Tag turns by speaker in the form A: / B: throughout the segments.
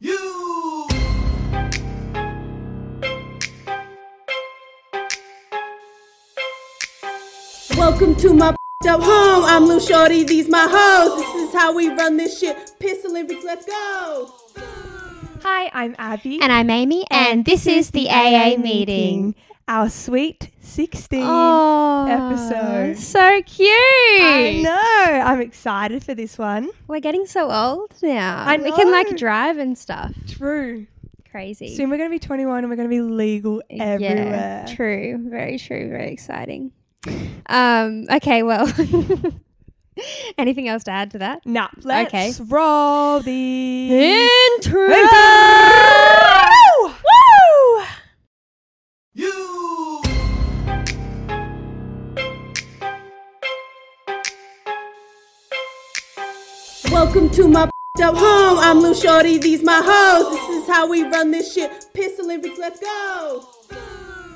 A: You.
B: Welcome to my up home. I'm Lil Shorty. These my hoes. This is how we run this shit. Piss Olympics. Let's go.
C: Hi, I'm Abby.
D: And I'm Amy, and, this is the AA meeting.
C: Our sweet 16
D: Oh,
C: episode.
D: So cute.
C: I know. I'm excited for this one.
D: We're getting so old now.
C: I
D: We can
C: know.
D: like drive and stuff.
C: True.
D: Crazy.
C: Soon we're going to be 21 and we're going to be legal everywhere.
D: Yeah, true. Very true. Very exciting. Um, okay, well. anything else to add to that?
C: Nah, let's
D: Okay.
C: roll the
D: Intro.
C: Woo! Woo!
A: You.
B: Welcome to my up home. I'm Lil Shorty. These my hoes. This is how we run this shit. Piss Olympics. Let's go.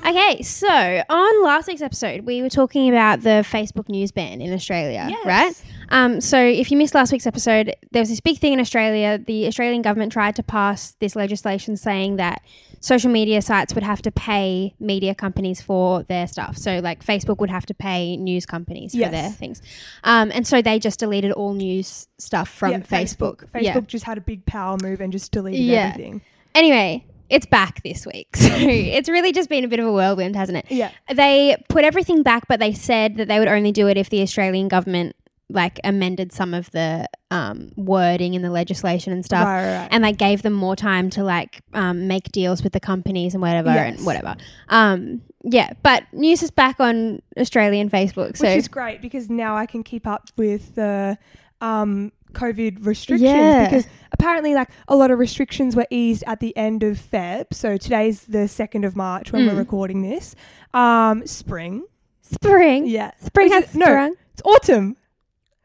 D: Okay, so on last week's episode, we were talking about the Facebook news ban in Australia,
C: Yes.
D: right? Um, so if you missed last week's episode, there was this big thing in Australia. The Australian government tried to pass this legislation saying that social media sites would have to pay media companies for their stuff. So like Facebook would have to pay news companies
C: Yes.
D: for their things, um, and so they just deleted all news stuff from
C: Yeah,
D: Facebook.
C: Facebook
D: Yeah.
C: just had a big power move and just deleted
D: Yeah.
C: everything.
D: Anyway, it's back this week. So it's really just been a bit of a whirlwind, hasn't it?
C: Yeah.
D: They put everything back, but they said that they would only do it if the Australian government like amended some of the um, wording in the legislation and stuff.
C: Right, right, right.
D: And they gave them more time to like um, make deals with the companies and whatever
C: Yes.
D: and whatever. Um, yeah, but news is back on Australian Facebook. So
C: Which is great because now I can keep up with the um, COVID restrictions
D: Yeah.
C: because apparently, like a lot of restrictions were eased at the end of Feb. So today's the second of March when we're
D: Mm.
C: recording this. Um, spring,
D: spring,
C: yeah,
D: spring
C: Is
D: has
C: it- no,
D: sprung.
C: it's autumn.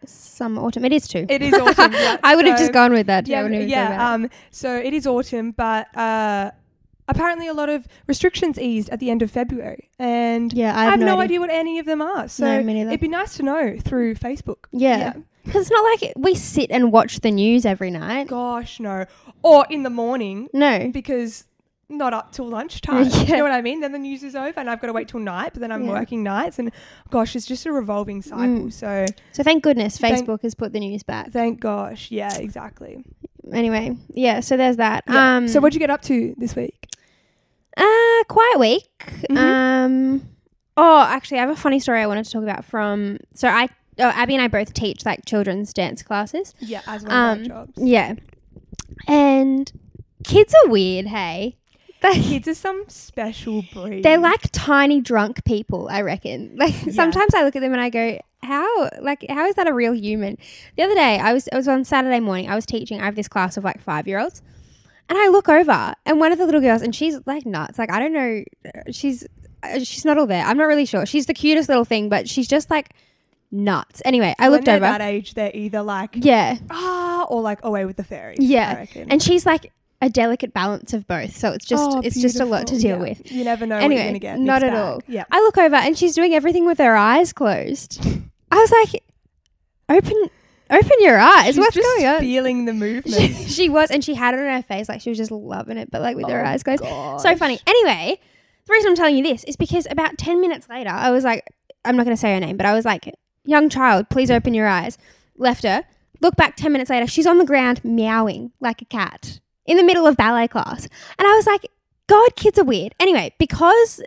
D: Some autumn. It is too.
C: It is autumn. yeah.
D: I would have
C: So-
D: just gone with that. I
C: Yeah,
D: wouldn't even
C: yeah.
D: thought about it.
C: Um, so it is autumn, but uh, apparently a lot of restrictions eased at the end of February, and
D: yeah.
C: I have no idea what any of them are. So
D: me neither.
C: it'd be nice to know through Facebook.
D: Yeah. Because it's not like we sit and watch the news every night.
C: Gosh, no. Or in the morning
D: No.
C: because not up till lunchtime. Do You
D: Yeah.
C: know what I mean? Then the news is over and I've got to wait till night, but then I'm
D: Yeah.
C: working nights and gosh, it's just a revolving cycle.
D: Mm.
C: So
D: So thank goodness
C: Thank-
D: Facebook has put the news back.
C: thank gosh. Yeah, exactly.
D: Anyway, yeah, so there's that.
C: Yeah.
D: Um
C: so what'd you get up to this week?
D: uh quiet week.
C: Mhm.
D: Um oh, actually I have a funny story I wanted to talk about from so I oh, Abby and I both teach like children's dance classes.
C: Yeah, as one of our
D: Um
C: jobs.
D: yeah. And kids are weird, hey. They-
C: Kids are some special breed.
D: They're like tiny drunk people, I reckon. Like sometimes I look at them and I go, "How? Like how is that a real human?" The other day, I was I was on Saturday morning. I was teaching. I have this class of like five year olds, and I look over, and one of the little girls, and she's like nuts. Like I don't know, she's uh, she's not all there. I'm not really sure. She's the cutest little thing, but she's just like nuts. Anyway, I
C: when
D: looked
C: they're
D: over.
C: that age, they're either like
D: Yeah,
C: ah or like away with the fairies. I
D: yeah,
C: reckon.
D: and she's like a delicate balance of both. So it's just
C: Oh,
D: it's just a lot to deal
C: beautiful. Yeah.
D: with.
C: You never know what
D: anyway,
C: you're gonna get.
D: not
C: Mixed
D: at
C: bag.
D: all.
C: Yeah.
D: I look over and she's doing everything with her eyes closed. I was like, open, open your eyes.
C: She's
D: What's
C: just
D: going on?
C: Feeling the
D: She,
C: movement.
D: she was, and she had it on her face, like she was just loving it, but like with her
C: Oh,
D: eyes closed. So funny. Anyway, the reason I'm telling you this is because about ten minutes later, I was like, I'm not going to say her name, but I was like, young child, please open your eyes. Left her. Look back ten minutes later, she's on the ground meowing like a cat in the middle of ballet class, and I was like, God, kids are weird. Anyway, because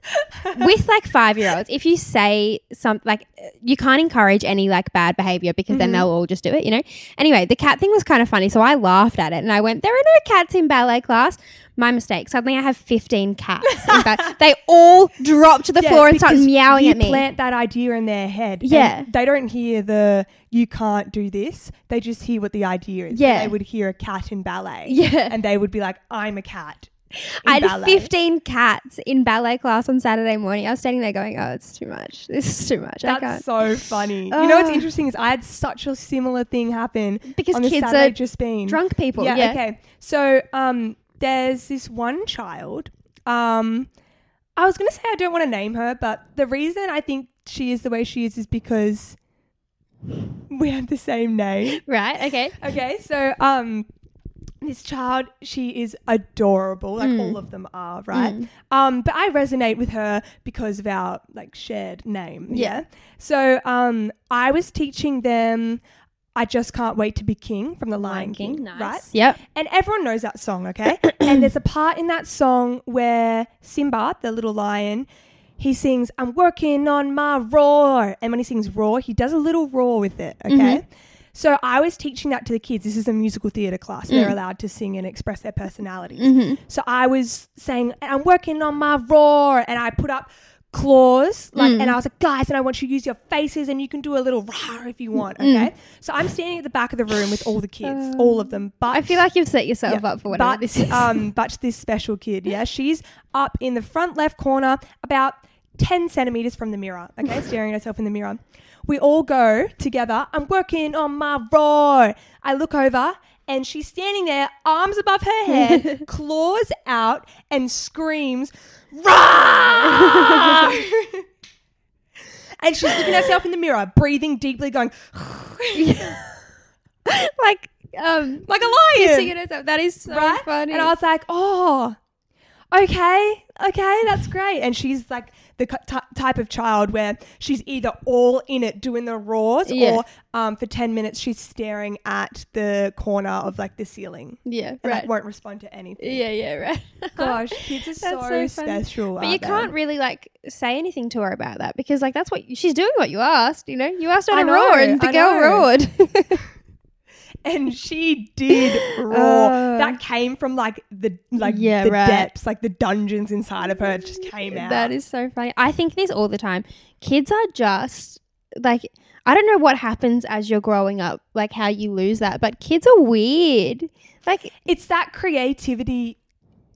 D: with like five year olds, if you say something like you can't encourage any like bad behavior because
C: Mm-hmm.
D: then they'll all just do it, you know? Anyway, the cat thing was kind of funny. So I laughed at it and I went, There are no cats in ballet class. My mistake. Suddenly I have 15 cats. in ba- they all drop to the
C: Yeah,
D: floor and start
C: because
D: meowing
C: you
D: at me.
C: plant that idea in their head. and
D: Yeah.
C: they don't hear the you can't do this. They just hear what the idea is. So
D: Yeah.
C: they would hear a cat in ballet.
D: Yeah.
C: and they would be like, "I'm a cat." in
D: I had
C: ballet.
D: 15 cats in ballet class on Saturday morning. I was standing there going, Oh, it's too much. This is too much. I can't.
C: That's so funny. you know what's
D: Ugh.
C: interesting is I had such a similar thing happen
D: Ah. Because
C: on this
D: kids
C: Saturday
D: are
C: just been
D: Drunk people.
C: Yeah,
D: Yeah.
C: Okay. So um, there's this one child. Um, I was gonna say I don't want to name her, but the reason I think she is the way she is is because we have the same name.
D: Right. Okay.
C: Okay. So um, this child, she is adorable. Like all of them are, right? Um, but I resonate with her because of our like shared name.
D: Yeah.
C: So um, I was teaching them. I just can't wait to be king from the Lion, King,
D: Nice.
C: right?
D: Yep.
C: And everyone knows that song, okay? and there's a part in that song where Simba, the little lion, he sings, I'm working on my roar. And when he sings roar, he does a little roar with it, okay?
D: Mm-hmm.
C: So I was teaching that to the kids. This is a musical theatre class.
D: Mm.
C: They're allowed to sing and express their personalities.
D: Mm-hmm.
C: So I was saying, I'm working on my roar. And I put up claws, like,
D: Mm.
C: and I was like, guys, and I want you to use your faces and you can do a little roar if you want,
D: Mm.
C: okay? So I'm standing at the back of the room with all the kids, all of them. But
D: Uh, I feel like you've set yourself
C: yeah.
D: up for whatever
C: but,
D: this is.
C: Um, but this special kid, yeah, she's up in the front left corner, about 10 centimeters from the mirror, okay, staring at herself in the mirror. We all go together. I'm working on my roar. I look over and she's standing there, arms above her head, claws out, and screams, Roar! and she's looking at herself in the mirror, breathing deeply, going,
D: like um
C: like a lion.
D: singing herself. That is so
C: right?
D: funny.
C: And I was like, oh, okay, okay, that's great. And she's like the cu- ty type of child where she's either all in it doing the roars
D: Yeah.
C: or um, for 10 minutes she's staring at the corner of like the ceiling
D: yeah,
C: and
D: right.
C: like won't respond to anything.
D: yeah, yeah, right.
C: Gosh, kids are
D: That's
C: so,
D: so funny.
C: special.
D: But
C: aren't
D: you
C: they?
D: can't really like say anything to her about that because like that's what she's doing. What you asked, you know, you asked her
C: I
D: to roar,
C: know,
D: and the
C: I
D: girl
C: know.
D: roared.
C: and she did roar. that came from like the like
D: Oh. Yeah,
C: the
D: right.
C: depths, like the dungeons inside of her. It just came out.
D: That is so funny. I think this all the time. Kids are just like I don't know what happens as you're growing up, like how you lose that, but kids are weird. Like
C: it's that creativity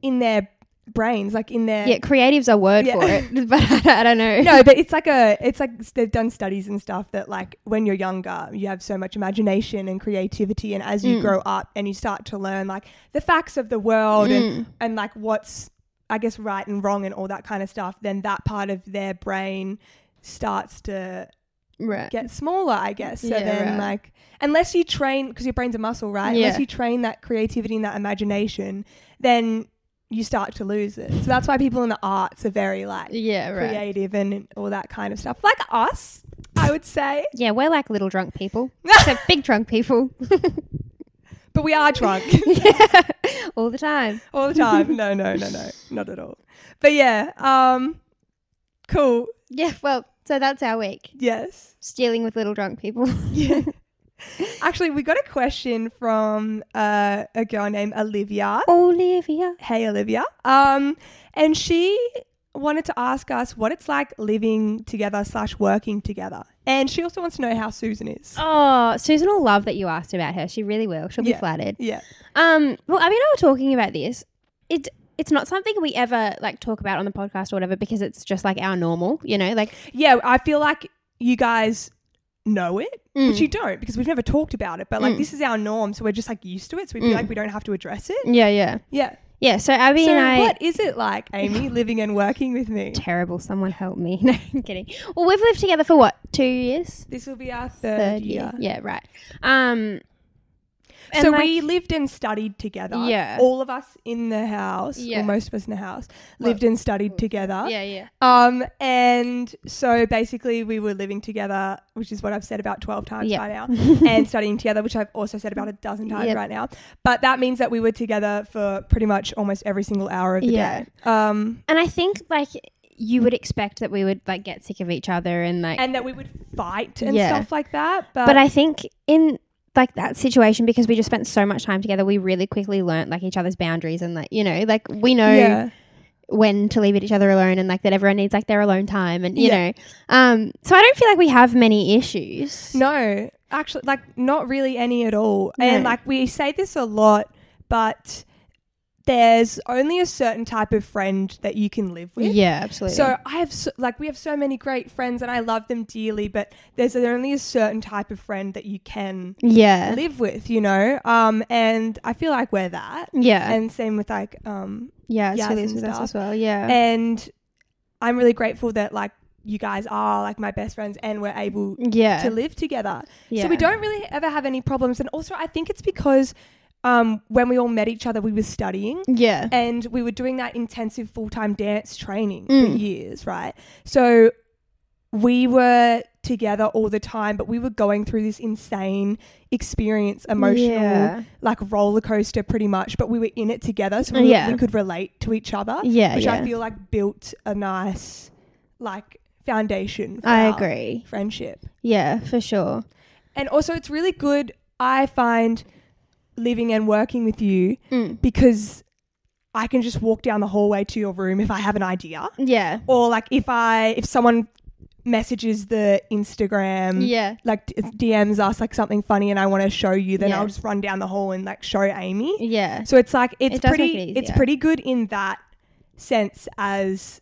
C: in their brains, like in their
D: yeah, creatives are word
C: Yeah.
D: for it, but I, don't know.
C: no, but it's like a it's like s- they've done studies and stuff that like when you're younger, you have so much imagination and creativity, and as you
D: Mm.
C: grow up and you start to learn like the facts of the world
D: Mm.
C: and and like what's I guess right and wrong and all that kind of stuff, then that part of their brain starts to
D: right.
C: get smaller, I guess. So
D: Yeah,
C: then,
D: right.
C: like, unless you train, because your brain's a muscle, right?
D: Yeah.
C: Unless you train that creativity and that imagination, then you start to lose it. So that's why people in the arts are very, like,
D: yeah, right.
C: creative and all that kind of stuff. Like us, I would say.
D: Yeah, we're like little drunk people, except big drunk people
C: But we are drunk
D: all the time.
C: all the time. No, no, no, no. Not at all. But yeah, um, cool.
D: Yeah, well, so that's our week
C: Yes.
D: stealing with little drunk people.
C: Yeah. Actually, we got a question from uh, a girl named Olivia.
D: Olivia.
C: Hey, Olivia. Um, and she wanted to ask us what it's like living together slash working together. And she also wants to know how Susan is.
D: Oh, Susan will love that you asked about her. She really will. She'll be
C: Yeah.
D: flattered.
C: Yeah.
D: Um, well, Abby and I were talking about this. It it's not something we ever like talk about on the podcast or whatever because it's just like our normal, you know. Like
C: Yeah, I feel like you guys know it,
D: Mm.
C: but you don't because we've never talked about it. But like, this is our norm. So we're just like used to it. So we feel
D: Mm.
C: like we don't have to address it.
D: yeah, yeah,
C: Yeah.
D: yeah. So Abby
C: so
D: and I
C: what is it like, Amy, living and working with me?
D: terrible. Someone help me. No, I'm kidding. Well, we've lived together for what two years.
C: This will be our third,
D: Third
C: year.
D: year. Yeah, right. Um, And,
C: so
D: like-
C: we lived and studied together.
D: Yeah.
C: All of us in the house,
D: Yeah.
C: or most of us in the house, lived and studied together.
D: Yeah, yeah.
C: Um, and so basically we were living together, which is what I've said about 12 times
D: Yeah.
C: by now, and studying together, which I've also said about a dozen times
D: Yep.
C: right now. But that means that we were together for pretty much almost every single hour of the
D: Yeah.
C: day. Um,
D: And I think like you would expect that we would like get sick of each other and like
C: and uh, that we would fight and
D: Yeah.
C: stuff like that. But,
D: but I think in like that situation because we just spent so much time together, we really quickly learnt like each other's boundaries and like you know, like we know
C: yeah.
D: when to leave each other alone and like that everyone needs like their alone time and you
C: Yeah.
D: know. Um so I don't feel like we have many issues.
C: No, actually, like not really any at all. And
D: No.
C: like we say this a lot, but there's only a certain type of friend that you can live with.
D: Yeah, absolutely.
C: So I have so, like we have so many great friends and I love them dearly, but there's only a certain type of friend that you can
D: yeah.
C: live with, you know. Um, and I feel like we're that.
D: Yeah.
C: And same with like um,
D: yeah, it's
C: Yas
D: really
C: and
D: with us
C: stuff.
D: as well. Yeah.
C: and I'm really grateful that like you guys are like my best friends and we're able
D: yeah.
C: to live together.
D: yeah.
C: So we don't really ever have any problems. And also, I think it's because um, when we all met each other, we were studying
D: Yeah.
C: and we were doing that intensive full time dance training for
D: Mm.
C: years, right? So we were together all the time, but we were going through this insane experience, emotional,
D: Yeah.
C: like roller coaster pretty much, but we were in it together. So we,
D: Yeah.
C: we could relate to each other,
D: Yeah.
C: which
D: yeah.
C: I feel like built a nice, like, foundation for
D: I
C: our
D: agree.
C: friendship.
D: Yeah, for sure.
C: And also, it's really good, I find, living and working with you
D: Mm.
C: because I can just walk down the hallway to your room if I have an idea.
D: Yeah.
C: Or, like, if I, if someone messages the Instagram,
D: Yeah.
C: like, d- DMs us, like, something funny and I want to show you, then
D: Yeah.
C: I'll just run down the hall and, like, show Amy.
D: Yeah.
C: So it's like, it's
D: It does
C: pretty,
D: make it
C: it's
D: easier.
C: pretty good in that sense as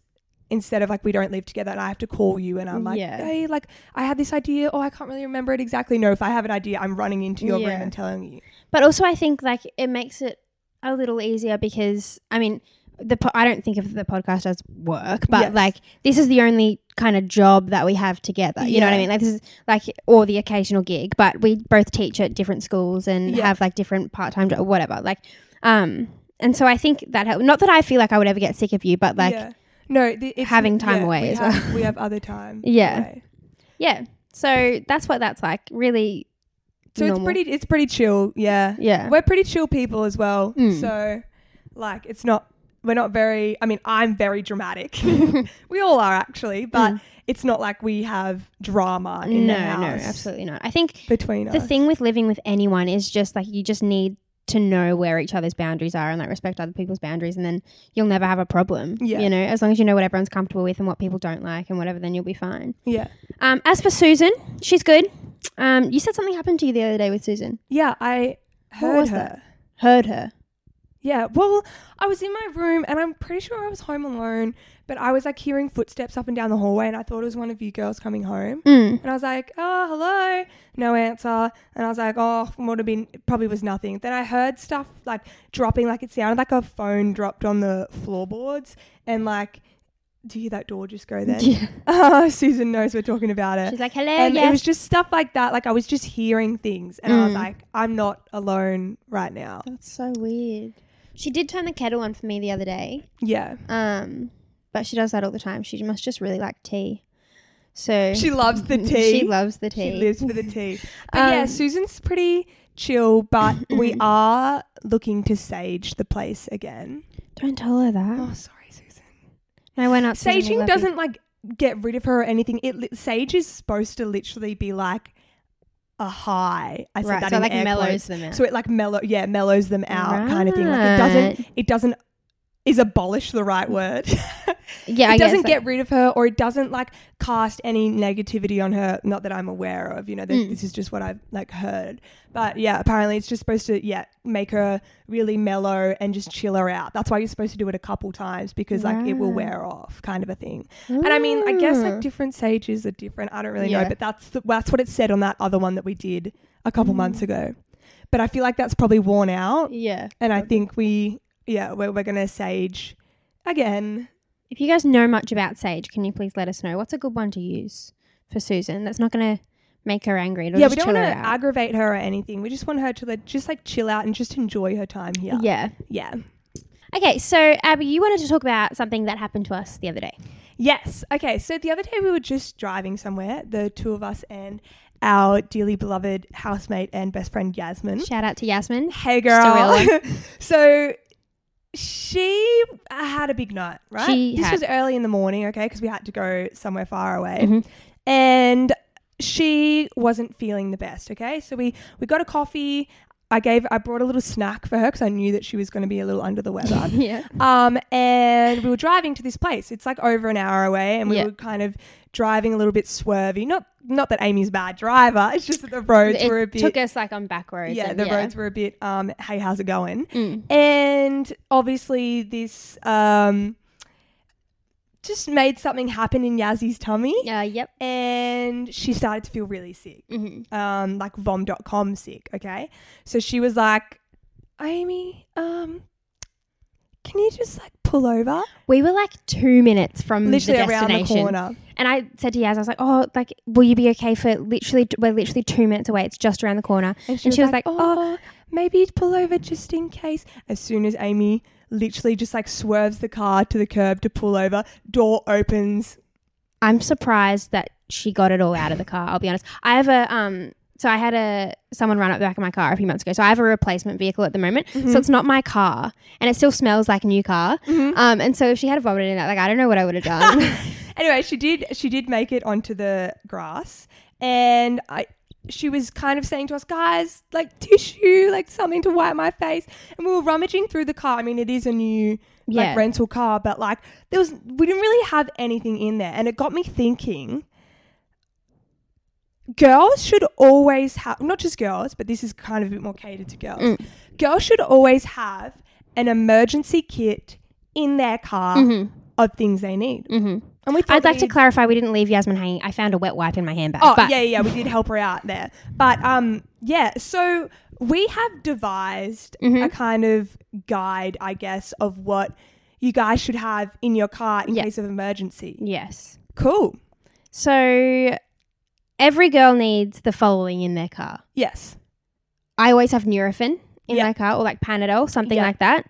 C: instead of like we don't live together and I have to call you and I'm like,
D: Yeah.
C: hey, like I had this idea or I can't really remember it exactly. No, if I have an idea, I'm running into your
D: Yeah.
C: room and telling you.
D: But also, I think like it makes it a little easier because I mean, the po- I don't think of the podcast as work, but
C: Yes.
D: like this is the only kind of job that we have together. You know what
C: Yeah.
D: I mean? Like this is like or the occasional gig, but we both teach at different schools and
C: Yeah.
D: have like different part time job, whatever. Like, um, and so I think that help- not that I feel like I would ever get sick of you, but like yeah,
C: Yeah. no, the, it's,
D: having time away
C: we
D: as
C: have, well. We have other time.
D: Yeah.
C: away.
D: so that's what that's like. Really,
C: So
D: normal.
C: it's pretty, it's pretty chill. Yeah.
D: Yeah,
C: We're pretty chill people as well.
D: Mm.
C: So like, it's not, we're not very, I mean, I'm very dramatic. we all are actually, but it's not like we have drama in
D: Hmm. no,
C: the house
D: no, absolutely not. I think
C: between
D: the
C: us.
D: thing with living with anyone is just like you just need to know where each other's boundaries are and like respect other people's boundaries and then you'll never have a problem
C: Yeah.
D: you know as long as you know what everyone's comfortable with and what people don't like and whatever then you'll be fine
C: yeah.
D: um, as for susan she's good um, you said something happened to you the other day with susan
C: Yeah, I heard
D: was
C: her.
D: that? heard her
C: Yeah, well, I was in my room and I'm pretty sure I was home alone, but I was like hearing footsteps up and down the hallway and I thought it was one of you girls coming home.
D: mm.
C: And I was like, oh, hello. No answer. And I was like, oh, would have been, it probably was nothing. Then I heard stuff like dropping, like it sounded like a phone dropped on the floorboards. And like, do you hear that door just go then?
D: Yeah.
C: Ah, Susan knows we're talking about it.
D: she's like hello
C: and
D: yes
C: it was just stuff like that. Like I was just hearing things and I was
D: Mm.
C: like, I'm not alone right now.
D: that's so weird she did turn the kettle on for me the other day
C: Yeah.
D: um, but she does that all the time she must just really like tea so
C: She loves the tea.
D: she loves the
C: She
D: tea
C: lives for the tea. But
D: Um,
C: yeah, Susan's pretty chill, but we are looking to sage the place again.
D: Don't tell her that.
C: Oh, sorry, Susan.
D: I went up.
C: Saging doesn't like get rid of her or anything. It li- sage is supposed to literally be like a high. I said
D: right,
C: that
D: so
C: in
D: like
C: air
D: mellows
C: quotes.
D: them out.
C: So it like mellow, yeah, mellows them out, kind of thing. Like it doesn't, it doesn't. Is abolish the right word?
D: yeah,
C: it
D: I guess
C: doesn't
D: that-
C: get rid of her or it doesn't like cast any negativity on her not that i'm aware of you know that
D: Mm.
C: this is just what i've like heard but yeah apparently it's just supposed to yeah make her really mellow and just chill her out that's why you're supposed to do it a couple times because like it will
D: Right.
C: wear off kind of a thing and i mean i guess like
D: Ooh.
C: different sages are different i don't really know
D: Yeah.
C: but that's the, that's what it said on that other one that we did a couple months ago but i feel like that's probably worn out
D: Mm. yeah.
C: and i think we yeah we're, we're gonna sage again
D: If you guys know much about sage, can you please let us know? What's a good one to use for Susan? That's not going to make her angry. It'll
C: yeah, we
D: just
C: don't
D: chill
C: want to
D: her out.
C: aggravate her or anything. We just want her to like, just like chill out and just enjoy her time here.
D: yeah.
C: Yeah.
D: Okay, so Abby, you wanted to talk about something that happened to us the other day.
C: Mm-hmm. Yes. Okay. So the other day we were just driving somewhere, the two of us and our dearly beloved housemate and best friend Yasmin.
D: Shout out to Yasmin.
C: Hey,
D: Still
C: girl. so she had a big night, right?
D: She
C: this
D: had.
C: was early in the morning, okay, because we had to go somewhere far away.
D: Mhm.
C: And she wasn't feeling the best, okay? So we we got a coffee. I gave I brought a little snack for her because I knew that she was going to be a little under the weather.
D: yeah.
C: Um, and we were driving to this place. It's like over an hour away, and we
D: Yeah.
C: were kind of driving a little bit swervy. Not not that Amy's a bad driver. It's just that the roads
D: It
C: were a bit
D: took us like on back roads.
C: yeah,
D: and
C: the roads were a bit um, hey, how's it going?
D: Mm.
C: And obviously this um just made something happen in Yazzy's tummy.
D: Yeah. Uh, yep.
C: And she started to feel really sick,
D: hmm
C: um, like vom.com sick. Okay. So she was like, Amy, um, can you just like pull over?
D: We were like two minutes from
C: Literally
D: Mm, the
C: around the
D: destination,
C: corner.
D: and I said to Yaz, I was like, "Oh, like, will you be okay for literally? We're literally two minutes away. It's just around the corner."
C: And she,
D: And
C: was,
D: she was
C: like,
D: like,
C: oh, maybe pull over just in case. As soon as Amy literally just like swerves the car to the curb to pull over, door opens.
D: I'm surprised that she got it all out of the car. I'll be honest. I have a um. So I had a someone run up the back of my car a few months ago. So I have a replacement vehicle at the moment.
C: Mm-hmm.
D: So it's not my car, and it still smells like new car.
C: Mm-hmm.
D: Um, and so if she had vomited in that, like I don't know what I would have done.
C: Anyway, she did she did make it onto the grass and I she was kind of saying to us, guys, like tissue, like something to wipe my face. And we were rummaging through the car. I mean, it is a new
D: Yeah.
C: like rental car, but like there was we didn't really have anything in there. And it got me thinking girls should always have not just girls, but this is kind of a bit more catered to girls.
D: Mm.
C: Girls should always have an emergency kit in their car of things they need. Mm-hmm. And we thought
D: Mm-hmm. I'd like to
C: we'd-
D: clarify. We didn't leave Yasmin hanging. I found a wet wipe in my handbag.
C: Oh
D: but
C: yeah, yeah, we did help her out there. But um, yeah. So we have devised
D: Mm-hmm.
C: a kind of guide, I guess, of what you guys should have in your car in
D: Yeah.
C: case of emergency.
D: Yes.
C: Cool.
D: So every girl needs the following in their car.
C: Yes.
D: I always have Nurofen in
C: Yeah.
D: my car or like Panadol, something
C: Yeah.
D: like that.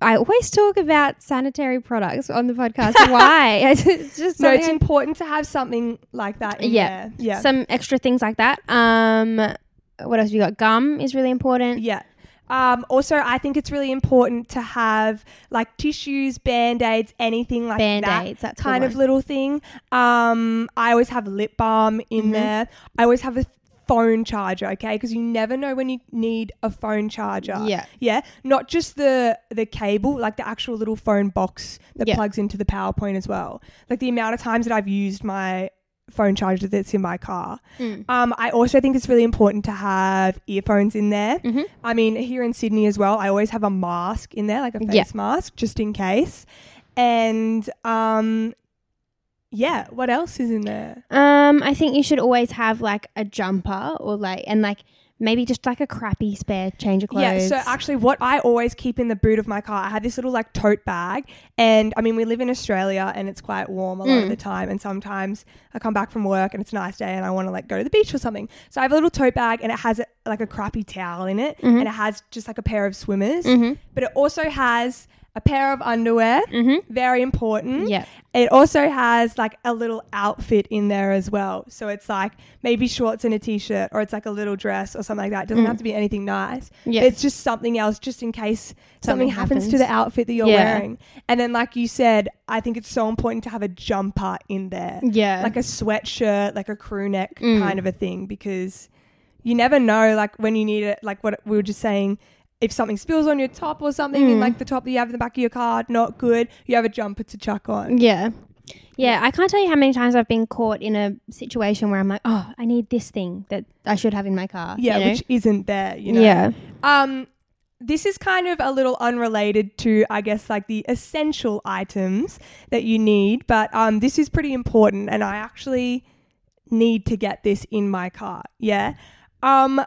D: I always talk about sanitary products on the podcast. Why? it's just
C: No, it's
D: something
C: important to have something like that. In
D: Yeah.
C: There.
D: I-
C: Yeah.
D: some extra things like that. Um, what else have you got? Gum is really important.
C: Yeah. Um, also, I think it's really important to have like tissues, band aids, anything like that.
D: Band-Aids, that's a good
C: kind of
D: one.
C: little thing. Um, I always have lip balm in there. I always have a phone charger, okay? Because you never know when you need a phone charger.
D: Yeah.
C: yeah. Not just the the cable, like the actual little phone box that
D: Yeah.
C: plugs into the PowerPoint as well. Like the amount of times that I've used my phone charger that's in my car.
D: Mm.
C: Um, I also think it's really important to have earphones in there.
D: Mm-hmm.
C: I mean, here in Sydney as well, I always have a mask in there, like a face
D: Yeah.
C: mask, just in case. And um, yeah, what else is in there?
D: Um, I think you should always have like a jumper or like and like maybe just like a crappy spare change of clothes.
C: Yeah, so actually, what I always keep in the boot of my car, I have this little like tote bag. And I mean, we live in Australia and it's quite warm a lot
D: Mm.
C: of the time. And sometimes I come back from work and it's a nice day and I want to like go to the beach or something. So I have a little tote bag and it has like a crappy towel in it
D: Mm-hmm.
C: and it has just like a pair of swimmers, but it also has a pair of underwear,
D: Mm-hmm.
C: very important.
D: Yep.
C: It also has like a little outfit in there as well. So it's like maybe shorts and a t shirt, or it's like a little dress or something like that. It doesn't have to be anything nice.
D: Mm. Yeah.
C: It's just something else, just in case something,
D: Something
C: happens. to
D: happens.
C: the outfit that you're
D: Yeah.
C: wearing. And then, like you said, I think it's so important to have a jumper in there.
D: yeah,
C: Like a sweatshirt, like a crew neck
D: Mm.
C: kind of a thing, because you never know, like when you need it, like what we were just saying. If something spills on your top or something, in
D: Mm.
C: like the top that you have in the back of your car, not good. You have a jumper to chuck on.
D: Yeah. Yeah, I can't tell you how many times I've been caught in a situation where I'm like, oh, I need this thing that I should have in my car.
C: yeah,
D: you know?
C: which isn't there, you know.
D: Yeah.
C: Um, this is kind of a little unrelated to, I guess, like the essential items that you need, but um, this is pretty important, and I actually need to get this in my car. Yeah. Um,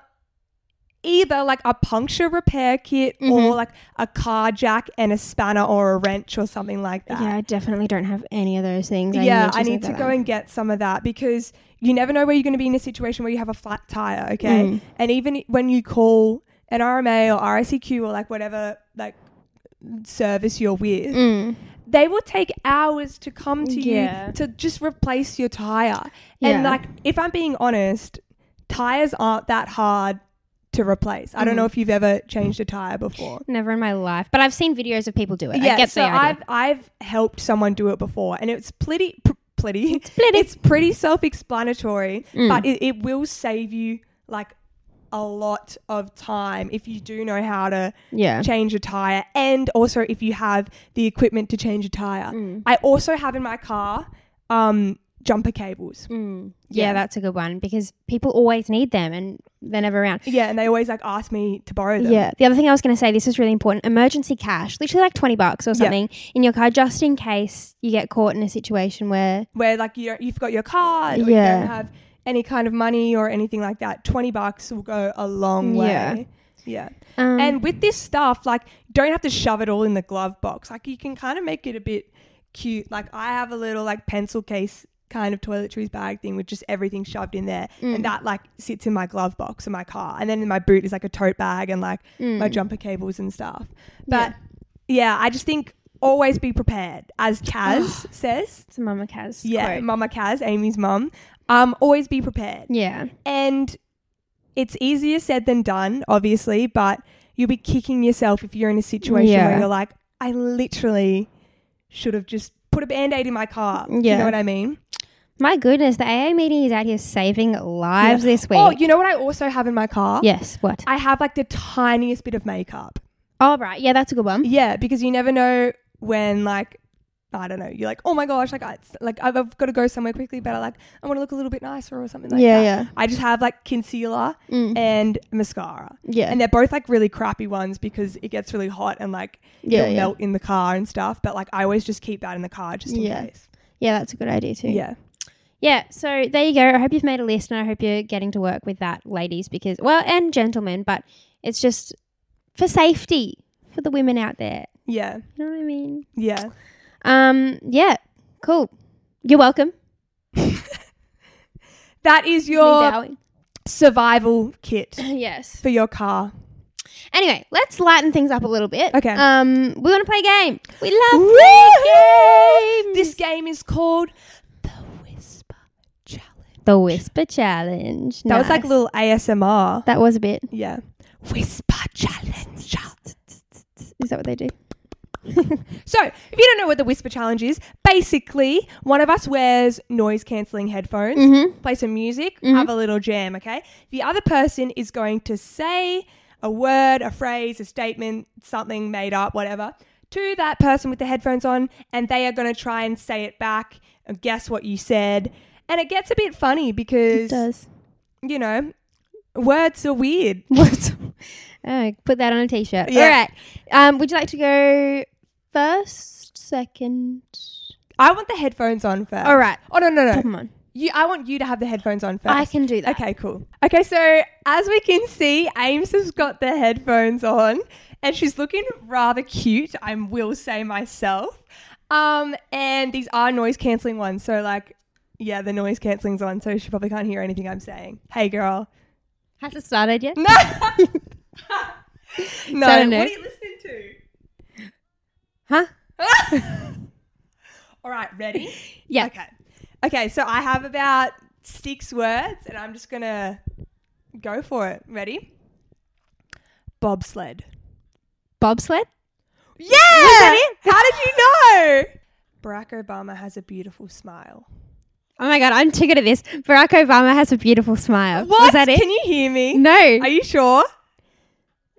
C: either like a puncture repair kit
D: Mm-hmm.
C: or like a car jack and a spanner or a wrench or something like that.
D: Yeah, I definitely don't have any of those things.
C: Uh, yeah, I need to
D: sort
C: go
D: that out.
C: and get some of that because you never know where you're going to be in a situation where you have a flat tire, okay? And even when you call an RMA or RICQ or like whatever like service you're with, they will take hours to come to
D: Yeah.
C: you to just replace your tire.
D: Yeah.
C: And like if I'm being honest, tires aren't that hard to replace. I don't know if you've ever changed a tire before.
D: Never in my life, but I've seen videos of people do it. I
C: Yeah,
D: get
C: so
D: the idea.
C: I've I've helped someone do it before, and it's pretty pr- pretty it's,
D: pretty. Mm.
C: pretty self-explanatory, but it, it will save you like a lot of time if you do know how to
D: yeah,
C: change a tire, and also if you have the equipment to change a tire.
D: Mm.
C: I also have in my car um, jumper cables.
D: Mm. yeah, that's a good one because people always need them and they're never around.
C: Yeah, and they always like ask me to borrow them.
D: Yeah. The other thing I was going to say, this is really important emergency cash, literally like 20 bucks or something in your car, just in case you get caught in a situation where,
C: where like you don't, you've got your card or you
D: Yeah.
C: don't have any kind of money or anything like that 20 bucks will go a long
D: Yeah.
C: way yeah
D: um,
C: and with this stuff like you don't have to shove it all in the glove box like you can kind of make it a bit cute like i have a little like pencil case kind of toiletries bag thing with just everything shoved in there
D: Mm.
C: and that like sits in my glove box in my car and then in my boot is like a tote bag and like
D: Mm.
C: my jumper cables and stuff but yeah i just think always be prepared as kaz says
D: it's a Mama Kaz.
C: yeah,
D: quote.
C: Mama Kaz, Amy's mum. Um, always be prepared.
D: Yeah.
C: And it's easier said than done, obviously, but you'll be kicking yourself if you're in a situation
D: Yeah.
C: where you're like, I literally should have just put a band aid in my car. Do You
D: Yeah.
C: know what I mean?
D: My goodness, the AA meeting is out here saving lives this week.
C: Oh, you know what I also have in my car?
D: yes, what?
C: I have like the tiniest bit of makeup.
D: All right. Yeah, that's a good one.
C: Yeah, because you never know when like I don't know. You're like, oh my gosh, like I, it's- like I've, I've got to go somewhere quickly, but I like I want to look a little bit nicer or something like
D: Yeah,
C: that.
D: yeah.
C: I just have like concealer
D: Mm.
C: and mascara,
D: Yeah.
C: and they're both like really crappy ones because it gets really hot and like
D: Yeah,
C: it'll
D: yeah.
C: melt in the car and stuff. But like I always just keep that in the car just in
D: Yeah.
C: case.
D: yeah, that's a good idea too.
C: Yeah,
D: Yeah, so there you go. I hope you've made a list and I hope you're getting to work with that, ladies, because, well, and gentlemen, but it's just for safety for the women out there.
C: yeah,
D: You know what I mean?
C: yeah.
D: Um, yeah, cool. You're welcome.
C: That is
D: Me
C: your
D: bowing.
C: survival kit
D: yes.
C: for your car.
D: Anyway, let's lighten things up a little bit.
C: Okay.
D: Um, we want to play a game. We love
C: Woohoo! This game is called the Whisper Challenge.
D: the whisper challenge.
C: That was like a
D: Nice.
C: little ASMR.
D: That was a bit.
C: Yeah. Whisper challenge.
D: Is that what they do?
C: So, if you don't know what the whisper challenge is, basically, one of us wears noise cancelling headphones,
D: Mm-hmm.
C: play some music, have a little jam, okay? The other person is going to say a word, a phrase, a statement, something made up, whatever, to that person with the headphones on, and they are going to try and say it back, or guess what you said. And it gets a bit funny because,
D: Does
C: you know, words are weird.
D: what? oh, put that on a t-shirt.
C: Yeah.
D: All right. Um, would you like to go first, second?
C: I want the headphones on first.
D: All right.
C: Oh, no, no, no.
D: Come on.
C: You, I want you to have the headphones on first.
D: I can do that.
C: Okay, cool. Okay, so as we can see, Ames has got the headphones on and she's looking rather cute, I will say myself. Um, and these are noise cancelling ones. So, like, yeah, the noise cancelling's on, so she probably can't hear anything I'm saying. Hey, girl.
D: Has it started yet?
C: No! no.
D: Sounded
C: What are
D: nerve.
C: you listening to?
D: Huh?
C: All right, ready?
D: Yeah.
C: Okay. Okay, so I have about six words and I'm just going to go for it. Ready? Bobsled.
D: Bobsled.
C: Yeah! How did you know? Barack Obama has a beautiful smile.
D: Oh my god, I'm too good at this. Barack Obama has a beautiful smile.
C: What?
D: Was that it?
C: Can you hear me?
D: no.
C: Are you sure?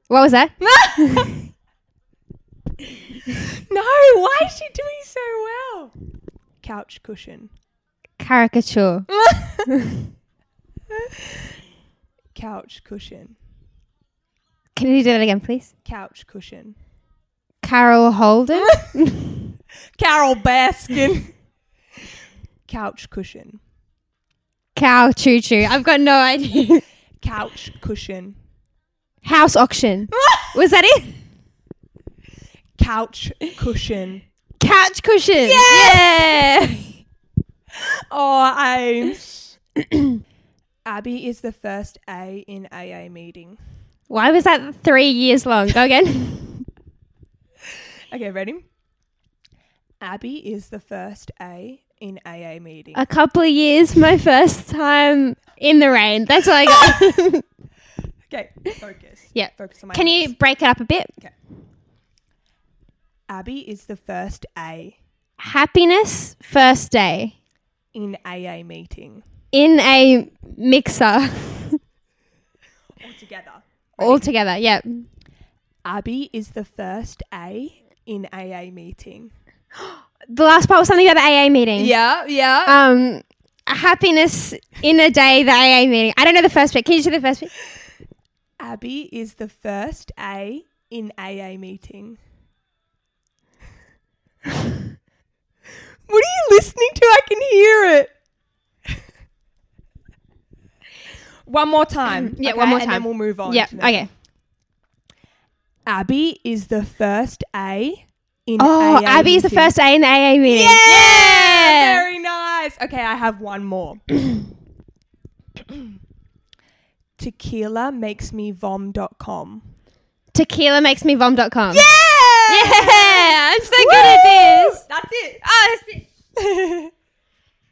D: what was that?
C: No, why is she doing so well? Couch cushion.
D: Caricature.
C: Couch cushion.
D: Can you do that again, please?
C: Couch cushion.
D: Carol Holden.
C: Carol Baskin. Couch cushion.
D: Cow Choo Choo. I've got no idea.
C: Couch cushion.
D: House auction. Was that it?
C: Couch cushion.
D: Couch cushion. Yeah.
C: Oh, I. Abby is the first A in AA meeting.
D: Why was that three years long? Go again.
C: Okay, ready? Abby is the first A in AA meeting.
D: A couple of years, my first time in the rain. That's all I got.
C: Okay, focus.
D: yeah.
C: Focus on my
D: Can you
C: notes.
D: break it up a bit?
C: Abby is the first A
D: Happiness first day
C: in AA meeting.
D: in a mixer
C: All together.
D: all together. Yeah.
C: Abby is the first A in AA meeting.
D: The last part was something about the AA meeting.
C: Yeah, yeah.
D: Um, happiness in a day, the AA meeting. I don't know the first bit. Can you do the first bit?
C: Abby is the first A in AA meeting. what are you listening to? I can hear it. one more time.
D: Yeah, one more
C: Um, And then
D: time.
C: we'll move on.
D: Yeah.
C: to the next.
D: Okay.
C: Abby is the first A in
D: Oh,
C: AA
D: Abby is the
C: meeting.
D: first day in the AA meeting.
C: Yeah!
D: Yeah!
C: Very nice. Okay, I have one more. Tequila makes me vom.com.
D: Tequila makes me vom.com. Yeah! Yeah! I'm so good at this.
C: That's it.
D: Oh, that's it.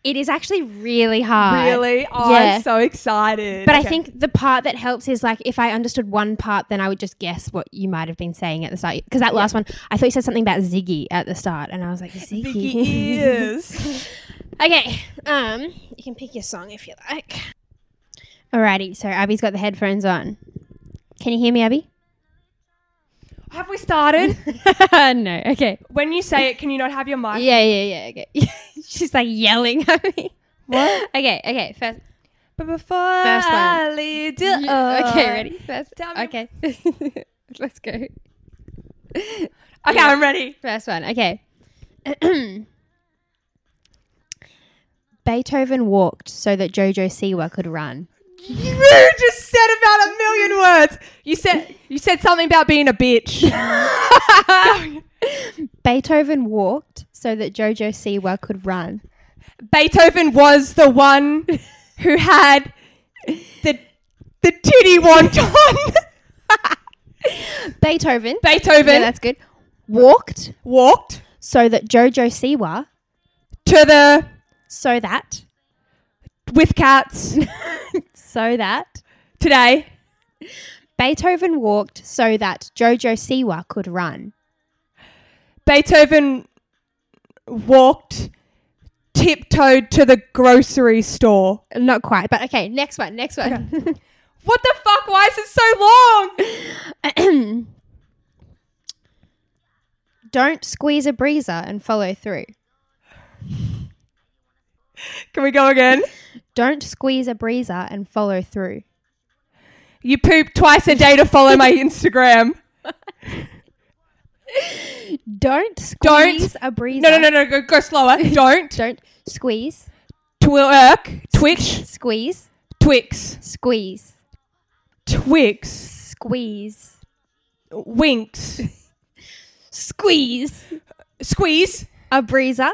D: It is actually really hard.
C: Really? Oh,
D: Yeah.
C: I'm so excited.
D: But I
C: Okay.
D: think the part that helps is like if I understood one part, then I would just guess what you might have been saying at the start. Because that last one, I thought you said something about Ziggy at the start, and I was like, Ziggy.
C: Vicky is.
D: Okay. Um, you can pick your song if you like. Alrighty. So Abby's got the headphones on. Can you hear me, Abby?
C: have we started?
D: no. Okay.
C: when you say it, can you not have your mic?
D: Yeah, yeah, yeah. Okay. She's like yelling at me.
C: What?
D: Okay. Okay. First.
C: But before
D: First one.
C: I lead you
D: Yeah, okay.
C: on-
D: Ready. First.
C: Tell me-
D: Okay. Let's go.
C: Okay, I'm ready.
D: First one. Okay. Beethoven walked so that Jojo Siwa could run.
C: You just said about a million words. You said you said something about being a bitch.
D: Beethoven walked so that Jojo Siwa could run.
C: Beethoven was the one who had the the titty wonton.
D: Beethoven.
C: Beethoven
D: Yeah, that's good. Walked
C: walked
D: so that Jojo Siwa,
C: to the
D: so that,
C: with cats
D: so that.
C: today.
D: Beethoven walked so that Jojo Siwa could run.
C: Beethoven walked tiptoed to the grocery store.
D: Not quite, but okay. Next one. Next one.
C: What the fuck? Why is it so long?
D: Don't squeeze a breezer and follow through.
C: Can we go again?
D: Don't squeeze a breezer and follow through.
C: You poop twice a day to follow my Instagram.
D: Don't
C: Don't-
D: squeeze a breezer.
C: No, no, no, no. Go, go slower. Don't
D: Don't squeeze,
C: twerk. Twitch.
D: squeeze,
C: Twix.
D: squeeze,
C: Twix.
D: squeeze,
C: Winks.
D: squeeze.
C: Squeeze.
D: A breezer,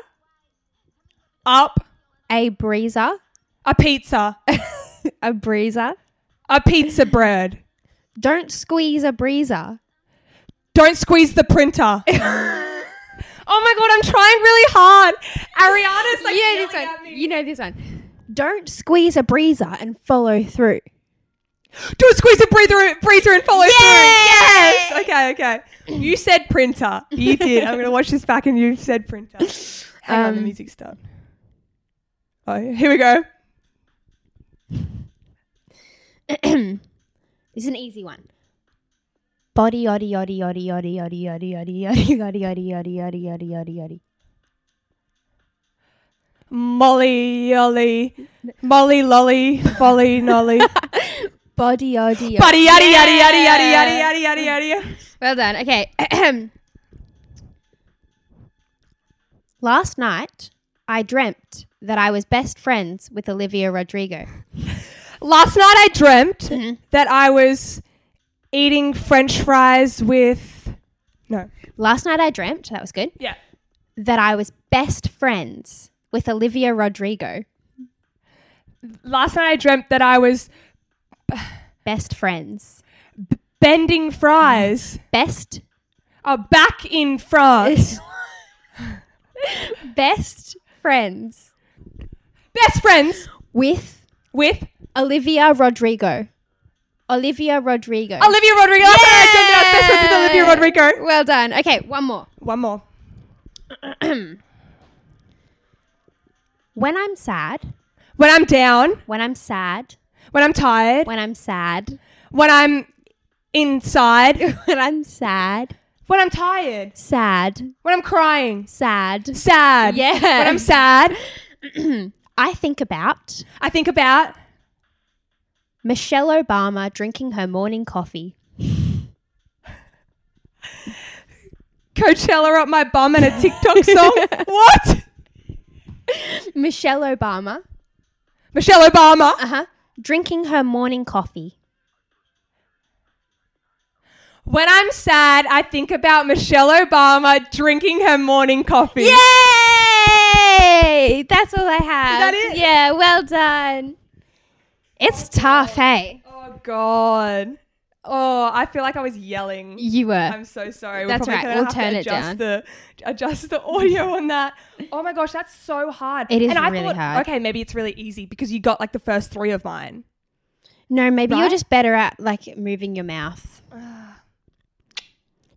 C: Up.
D: a breezer,
C: A pizza.
D: a breezer.
C: A pizza bread.
D: Don't squeeze a breezer.
C: Don't squeeze the printer. oh my god, I'm trying really hard. Ariana's like,
D: you know this
C: yelling at
D: one.
C: me.
D: You know this one. Don't squeeze a breezer and follow through.
C: Don't squeeze the breather, breather and follow through. Yes. Okay. Okay. You said printer. You did. I'm gonna watch this back, and you said printer. Hang on, the
D: Um,
C: music's done. Oh, here we go.
D: This is an easy one. Body, oddy, oddy, oddy, oddy, oddy, oddy, oddy, oddy, oddy, oddy, oddy, oddy, oddy, oddy, oddy.
C: Molly, Ollie, Molly, Lolly, Folly, Nolly.
D: Body, oddy,
C: Buddy, yaddy, yaddy, yaddy, yaddy, yaddy, yaddy, yaddy, yaddy.
D: Well done. Okay. Last night, I dreamt that I was best friends with Olivia Rodrigo.
C: Last night I dreamt that I was eating French fries with no.
D: Last night I dreamt, that was good,
C: Yeah.
D: that I was best friends with Olivia Rodrigo.
C: Last night I dreamt that I was
D: Best friends.
C: bending fries.
D: Best,
C: Oh, back in France.
D: best friends
C: Best friends
D: with
C: with
D: Olivia Rodrigo. Olivia Rodrigo.
C: Olivia Rodrigo. Last night I dreamt that I was best friends with Olivia Rodrigo.
D: Well done. Okay, one more.
C: One more.
D: When I'm sad,
C: When I'm down,
D: when I'm sad,
C: when I'm tired,
D: when I'm sad,
C: when I'm inside,
D: when I'm sad,
C: when I'm tired,
D: sad,
C: when I'm crying,
D: sad.
C: sad.
D: Yeah.
C: When I'm sad,
D: I think about
C: I think about
D: Michelle Obama drinking her morning coffee.
C: Coachella up my bum and a TikTok song. what?
D: Michelle Obama
C: Michelle Obama.
D: Uh-huh. drinking her morning coffee.
C: When I'm sad, I think about Michelle Obama drinking her morning coffee.
D: Yay! That's all I have.
C: that it?
D: Yeah, well done. It's tough, hey?
C: Oh God. Oh, I feel like I was yelling.
D: You were.
C: I'm so sorry.
D: That's
C: probably gonna
D: right. We'll
C: have to
D: turn it
C: adjust
D: down.
C: The, adjust the audio on that. Oh my gosh, that's so hard.
D: It is
C: and I
D: really
C: thought,
D: hard.
C: Okay, maybe it's really easy because you got like the first three of mine.
D: no, maybe you're
C: Right?
D: just better at like moving your mouth.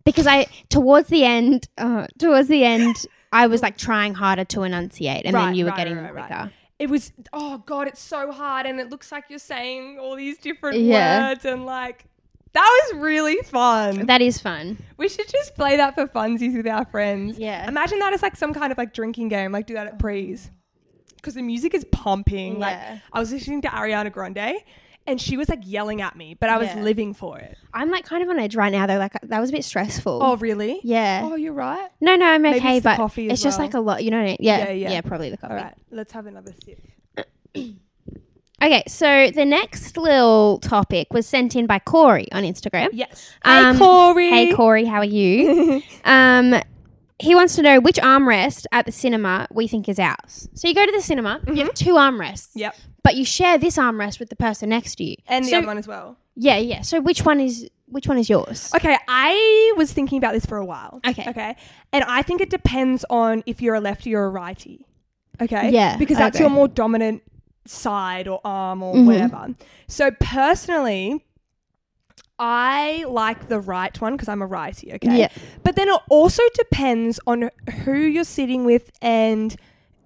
D: Because I towards the end, uh, towards the end, I was like trying harder to enunciate, and then
C: Right,
D: you were
C: right,
D: getting
C: right, right,
D: quicker.
C: It was oh god, it's so hard, and it looks like you're saying all these different
D: Yeah.
C: words, and like that was really fun.
D: That is fun.
C: We should just play that for funsies with our friends.
D: Yeah.
C: Imagine that as like some kind of like drinking game. Like do that at pre's. Because the music is pumping.
D: Yeah.
C: Like I was listening to Ariana Grande and she was like yelling at me, but I was
D: Yeah.
C: living for it.
D: I'm like kind of on edge right now, though. Like that was a bit stressful.
C: Oh really?
D: yeah.
C: Oh, you're right.
D: no, no, I'm
C: maybe
D: okay,
C: it's the
D: but
C: coffee as
D: it's just
C: well.
D: like a lot. You know what I mean? Yeah,
C: Yeah,
D: yeah,
C: yeah.
D: probably the coffee.
C: All right, let's have another sip.
D: Okay, so the next little topic was sent in by Corey on Instagram.
C: Yes.
D: Um,
C: hey Corey.
D: Hey Corey, how are you? um, he wants to know which armrest at the cinema we think is ours. So you go to the cinema, you
C: Mm-hmm.
D: have two armrests.
C: Yep.
D: But you share this armrest with the person next to you.
C: And the
D: so,
C: other one as well.
D: Yeah, yeah. So which one is which one is yours?
C: Okay, I was thinking about this for a while.
D: Okay.
C: Okay. And I think it depends on if you're a lefty or a righty. Okay.
D: Yeah,
C: Because
D: I
C: that's
D: agree. Mm-hmm.
C: your more dominant side or arm or whatever. So personally, I like the right one because I'm a righty. Okay.
D: Yeah.
C: But then it also depends on who you're sitting with and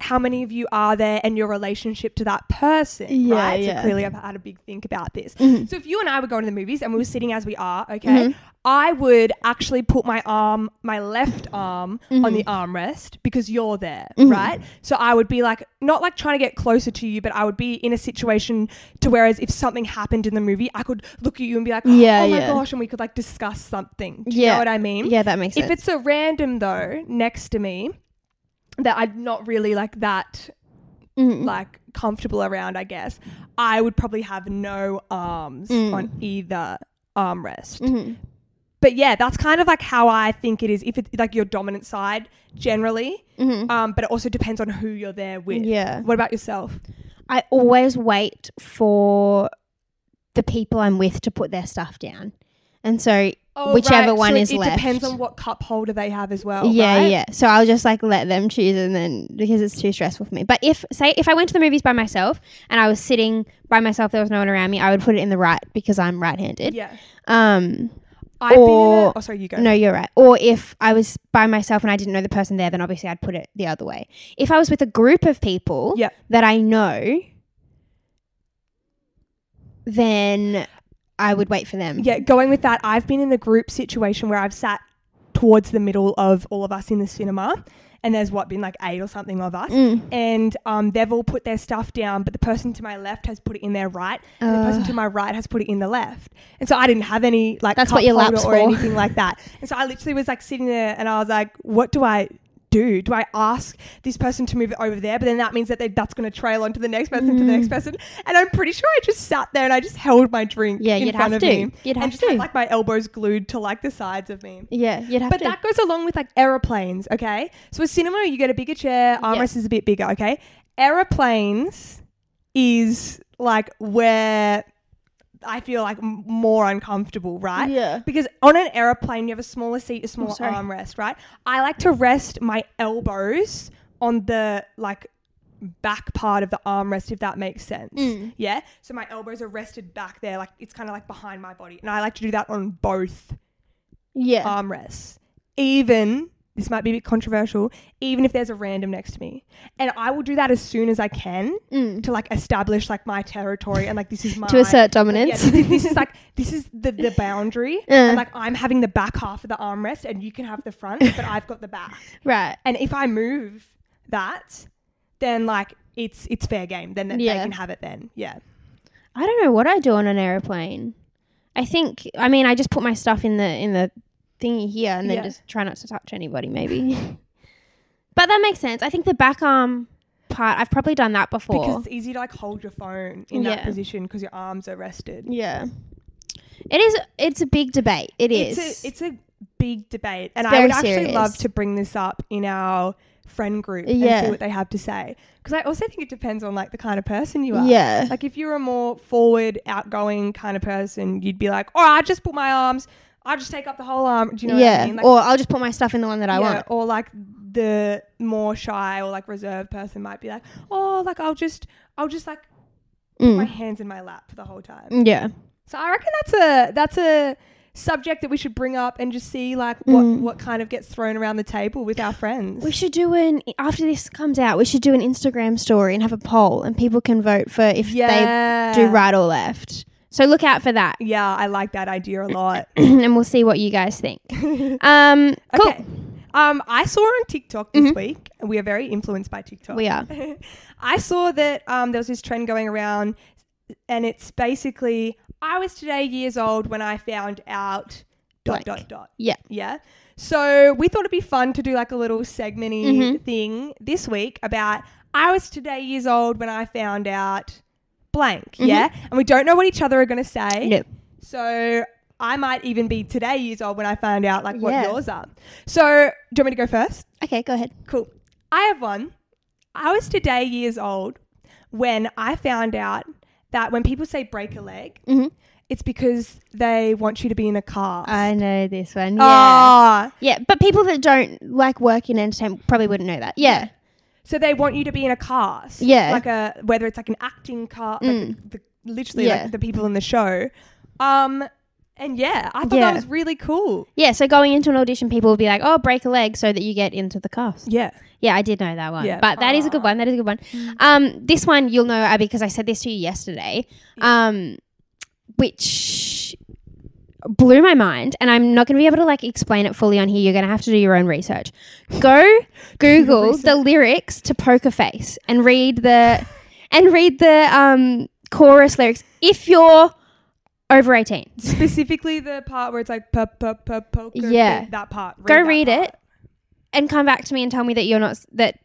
C: how many of you are there and your relationship to that person.
D: Yeah,
C: right?
D: yeah. Mm-hmm.
C: So clearly, I've had a big think about this. So if you and I were going to the movies and we were sitting as we are, okay, I would actually put my arm, my left arm,
D: Mm-hmm.
C: on the armrest because you're there, right? So I would be like, not like trying to get closer to you, but I would be in a situation to whereas if something happened in the movie, I could look at you and be like,
D: Yeah,
C: oh my
D: yeah.
C: gosh, and we could like discuss something. Do you know
D: Yeah.
C: what I mean?
D: Yeah, that makes
C: If
D: sense.
C: it's a random though next to me that I'm not really like that like comfortable around, I guess, I would probably have no arms
D: Mm.
C: on either armrest.
D: Mm-hmm.
C: But yeah, that's kind of like how I think it is. If it's like your dominant side generally, um, but it also depends on who you're there with.
D: Mm-hmm. Yeah.
C: What about yourself?
D: I always wait for the people I'm with to put their stuff down. And so whichever
C: Oh, right,
D: one
C: so
D: is
C: it,
D: left.
C: It depends on what cup holder they have as well.
D: yeah,
C: right?
D: yeah. So I'll just like let them choose, and then because it's too stressful for me. But if say if I went to the movies by myself and I was sitting by myself, there was no one around me, I would put it in the right because I'm right-handed.
C: Yeah.
D: Um.
C: I've been in a,
D: Or-
C: oh, sorry, you go.
D: No, you're right. Or if I was by myself and I didn't know the person there, then obviously I'd put it the other way. If I was with a group of people
C: Yeah.
D: that I know, then I would wait for them.
C: Um, yeah, going with that, I've been in a group situation where I've sat towards the middle of all of us in the cinema, and there's what been like eight or something of us,
D: Mm.
C: and um, they've all put their stuff down, but the person to my left has put it in their right, and the person to my right has put it in the left, and so I didn't have any like
D: Ah. That's
C: cup
D: what your
C: holder
D: lap's
C: or
D: for.
C: anything like that, and so I literally was like sitting there, and I was like, what do I do? Do I ask this person to move it over there? But then that means that they, that's going to trail on to the next person, to the
D: Mm.
C: next person. And I'm pretty sure I just sat there and I just held my drink
D: Yeah,
C: in
D: you'd
C: front
D: have
C: of
D: to.
C: me.
D: You'd
C: and
D: have
C: just had,
D: to.
C: like my elbows glued to like the sides of me.
D: Yeah, you'd have
C: But
D: to.
C: that goes along with like aeroplanes, okay? So with cinema, you get a bigger chair, armrest is a bit bigger, okay? Aeroplanes is like where I feel like m- more uncomfortable, right?
D: Yeah.
C: Because on an aeroplane, you have a smaller seat, a smaller
D: sorry.
C: armrest, right? I like to rest my elbows on the like back part of the armrest, if that makes sense.
D: Mm.
C: Yeah. So my elbows are rested back there, like it's kind of like behind my body, and I like to do that on both
D: yeah.
C: armrests, even this might be a bit controversial, even if there's a random next to me. And I will do that as soon as I can to like establish like my territory and like this is my
D: Mm. to assert
C: Yeah,
D: dominance.
C: this, is- this is like this is the, the boundary. And like I'm having the back half of the armrest and you can have the front, but I've got the back.
D: right.
C: And if I move that, then like it's it's fair game. Then they- they
D: Yeah.
C: can have it then. Yeah.
D: I don't know what I do on an aeroplane. I think I mean I just put my stuff in the in the thingy here and then
C: Yeah.
D: just try not to touch anybody maybe. but that makes sense. I think the back arm part I've probably done that before.
C: Because it's easy to like hold your phone in that
D: Yeah.
C: position because your arms are rested.
D: yeah. It is it's a big debate. It is.
C: It's a, it's a big debate, and
D: It's
C: I would
D: very
C: actually love
D: serious.
C: to bring this up in our friend group and see
D: Yeah.
C: what they have to say. Because I also think it depends on like the kind of person you are.
D: Yeah.
C: Like if you're a more forward, outgoing kind of person, you'd be like, "Oh, I just put my arms. I just take up the whole arm." Do you know what
D: yeah.
C: I mean? Like,
D: or I'll just put my stuff in the one that I
C: yeah,
D: want.
C: Or like the more shy or like reserved person might be like, "Oh, like I'll just, I'll just like put my
D: Mm.
C: hands in my lap the whole time."
D: Yeah.
C: So I reckon that's a that's a subject that we should bring up and just see like what
D: Mm.
C: what kind of gets thrown around the table with our friends.
D: We should do an after this comes out, we should do an Instagram story and have a poll and people can vote for if
C: yeah.
D: they do right or left. So look out for that.
C: Yeah, I like that idea a lot.
D: and we'll see what you guys think. Um, cool.
C: Okay. Um, I saw on TikTok this week, and we are very influenced by TikTok.
D: Mm-hmm. We are.
C: I saw that um, there was this trend going around, and it's basically I was today years old when I found out dot
D: Blank.
C: dot dot.
D: Yeah.
C: Yeah. So we thought it'd be fun to do like a little segmenty
D: Mm-hmm.
C: thing this week about I was today years old when I found out blank.
D: Mm-hmm.
C: Yeah. And we don't know what each other are going to say.
D: Yep.
C: So I might even be today years old when I found out like what
D: Yeah.
C: yours are. So do you want me to go first?
D: Okay, go ahead.
C: Cool. I have one. I was today years old when I found out that when people say break a leg,
D: Mhm.
C: it's because they want you to be in a car.
D: know this one.
C: Ah,
D: Uh, Oh. Yeah, but people that don't like work in entertainment probably wouldn't know that. Yeah.
C: so they want you to be in a cast.
D: Yeah. Mm.
C: like a whether it's like an acting car, like the, the, literally
D: Yeah.
C: like the people in the show. Um, and yeah, I thought
D: Yeah.
C: that was really cool.
D: Yeah, so going into an audition, people will be like, oh, break a leg so that you get into the cast.
C: Yeah,
D: Yeah, I did know that one.
C: Yeah. Mm.
D: But that is a good one. That is a good one. Um, this one you'll know, Abby, because I said this to you yesterday, um, which blew my mind. And I'm not going to be able to like explain it fully on here. You're going to have to do your own research. Go Google the lyrics to Poker Face and read the and read the um, chorus lyrics if you're over 18.
C: specifically the part where it's like pu- pu- pu- poker.
D: Yeah.
C: thing, that part.
D: Go
C: that
D: read
C: part.
D: it and come back to me and tell me that you're not s- that.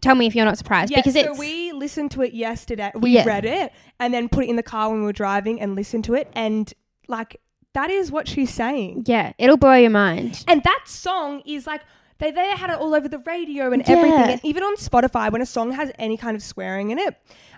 D: Tell me if you're not surprised
C: Yeah,
D: because
C: so
D: it's
C: we listened to it yesterday. We
D: Yeah.
C: read it and then put it in the car when we were driving and listened to it. And like that is what she's saying.
D: Yeah, it'll blow your mind.
C: And that song is like they they had it all over the radio and
D: Yeah.
C: everything. And even on Spotify, when a song has any kind of swearing in it,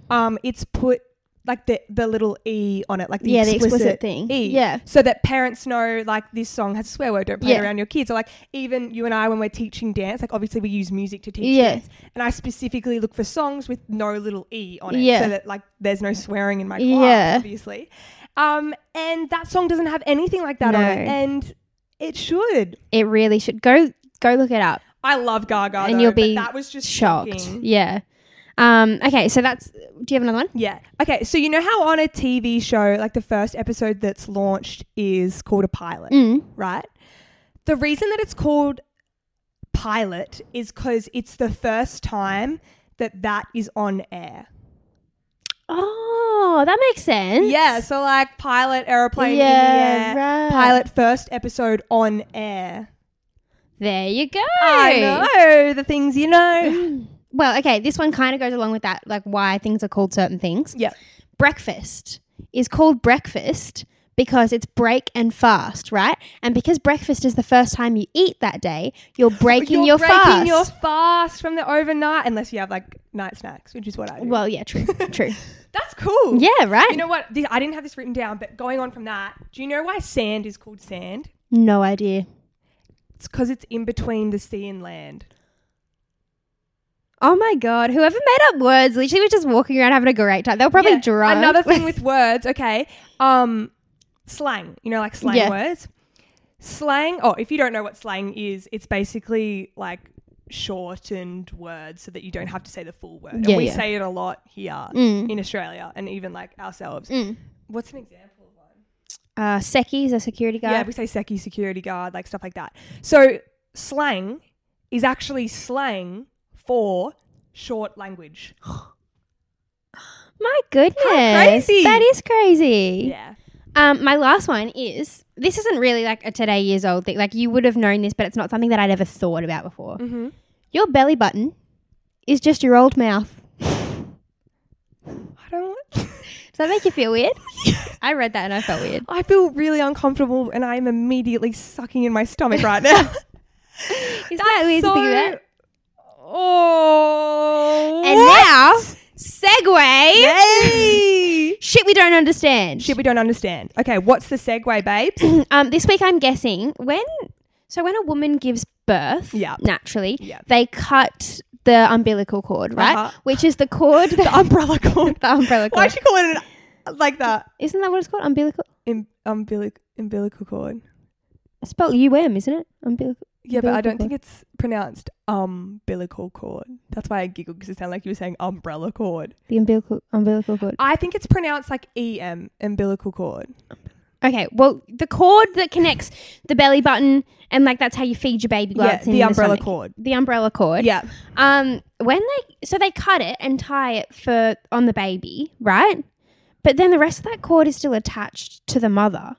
C: um, it's put like the the little e on it, like the
D: Yeah, the
C: explicit,
D: explicit thing.
C: E,
D: Yeah.
C: so that parents know like this song has a swear word. Don't play it
D: Yeah.
C: around your kids. Or like even you and I when we're teaching dance, like obviously we use music to teach
D: Yeah.
C: dance, and I specifically look for songs with no little e on it,
D: Yeah.
C: so that like there's no swearing in my class,
D: Yeah.
C: obviously. Um, and that song doesn't have anything like that on it,
D: No.
C: and it should.
D: It really should go go look it up.
C: I love Gaga,
D: And
C: though,
D: you'll
C: but
D: be
C: that was just
D: Shocked.
C: shocking.
D: Yeah. Um, okay, so that's do you have another one?
C: Yeah. Okay. So you know how on a TV show, like the first episode that's launched is called a pilot,
D: Mm.
C: right? The reason that it's called pilot is because it's the first time that that is on air.
D: Oh, that makes sense.
C: Yeah. So like pilot airplane in the
D: Yeah,
C: air,
D: right.
C: pilot first episode on air.
D: There you go.
C: I know the things you know.
D: Well, okay, this one kind of goes along with that, like why things are called certain things.
C: yep.
D: Breakfast is called breakfast because it's break and fast, right? And because breakfast is the first time you eat that day, you're breaking
C: You're
D: your
C: breaking
D: fast.
C: your fast from the overnight, unless you have like night snacks, which is what I do.
D: well, yeah, true, true.
C: that's cool.
D: Yeah, right.
C: You know what? The, I didn't have this written down, but going on from that, do you know why sand is called sand?
D: no idea.
C: It's because it's in between the sea and land.
D: Oh my god, whoever made up words literally was just walking around having a great time. They were probably
C: Yeah.
D: drunk.
C: Another thing with words, okay? Um, slang. You know, like slang
D: Yeah.
C: words. Slang. Oh, if you don't know what slang is, it's basically like shortened words so that you don't have to say the full word.
D: Yeah,
C: and we
D: yeah.
C: say it a lot here
D: Mm.
C: in Australia, and even like ourselves.
D: Mm.
C: What's an example of one?
D: uh, Seki is a security guard.
C: Yeah, we say seki security guard, like stuff like that. So slang is actually slang for short language.
D: My goodness.
C: crazy.
D: That is crazy.
C: Yeah.
D: Um, my last one is this isn't really like a today years old thing. Like you would have known this, but it's not something that I'd ever thought about before.
C: Mm-hmm.
D: Your belly button is just your old mouth.
C: I don't.
D: Does that make you feel weird? I read that and I felt weird.
C: I feel really uncomfortable, and I am immediately sucking in my stomach right now.
D: Isn't that weird to think about?
C: Oh.
D: And now, segue.
C: Yay!
D: Shit, we don't understand.
C: Shit, we don't understand. Okay, what's the segue, babes?
D: um, this week I'm guessing when. So when a woman gives birth,
C: Yeah.
D: naturally,
C: Yeah.
D: they cut the umbilical cord, right?
C: Uh-huh.
D: Which is the cord,
C: the umbrella cord.
D: the umbrella cord.
C: Why'd you call it an, like that?
D: Isn't that what it's called? Umbilical.
C: Im- umbilic- umbilical cord.
D: It's spelled UM, isn't it? Umbilical.
C: Yeah, but I
D: Umbilical
C: don't think it's pronounced umbilical cord. That's why I giggled because it sounded like you were saying umbrella cord.
D: The umbilical umbilical cord.
C: I think it's pronounced like EM, umbilical cord.
D: Okay, well, the cord that connects the belly button and like that's how you feed your baby. while
C: Yeah,
D: it's in
C: the umbrella
D: stomach.
C: cord.
D: The umbrella cord.
C: Yeah.
D: Um, when they so they cut it and tie it for on the baby, right? But then the rest of that cord is still attached to the mother.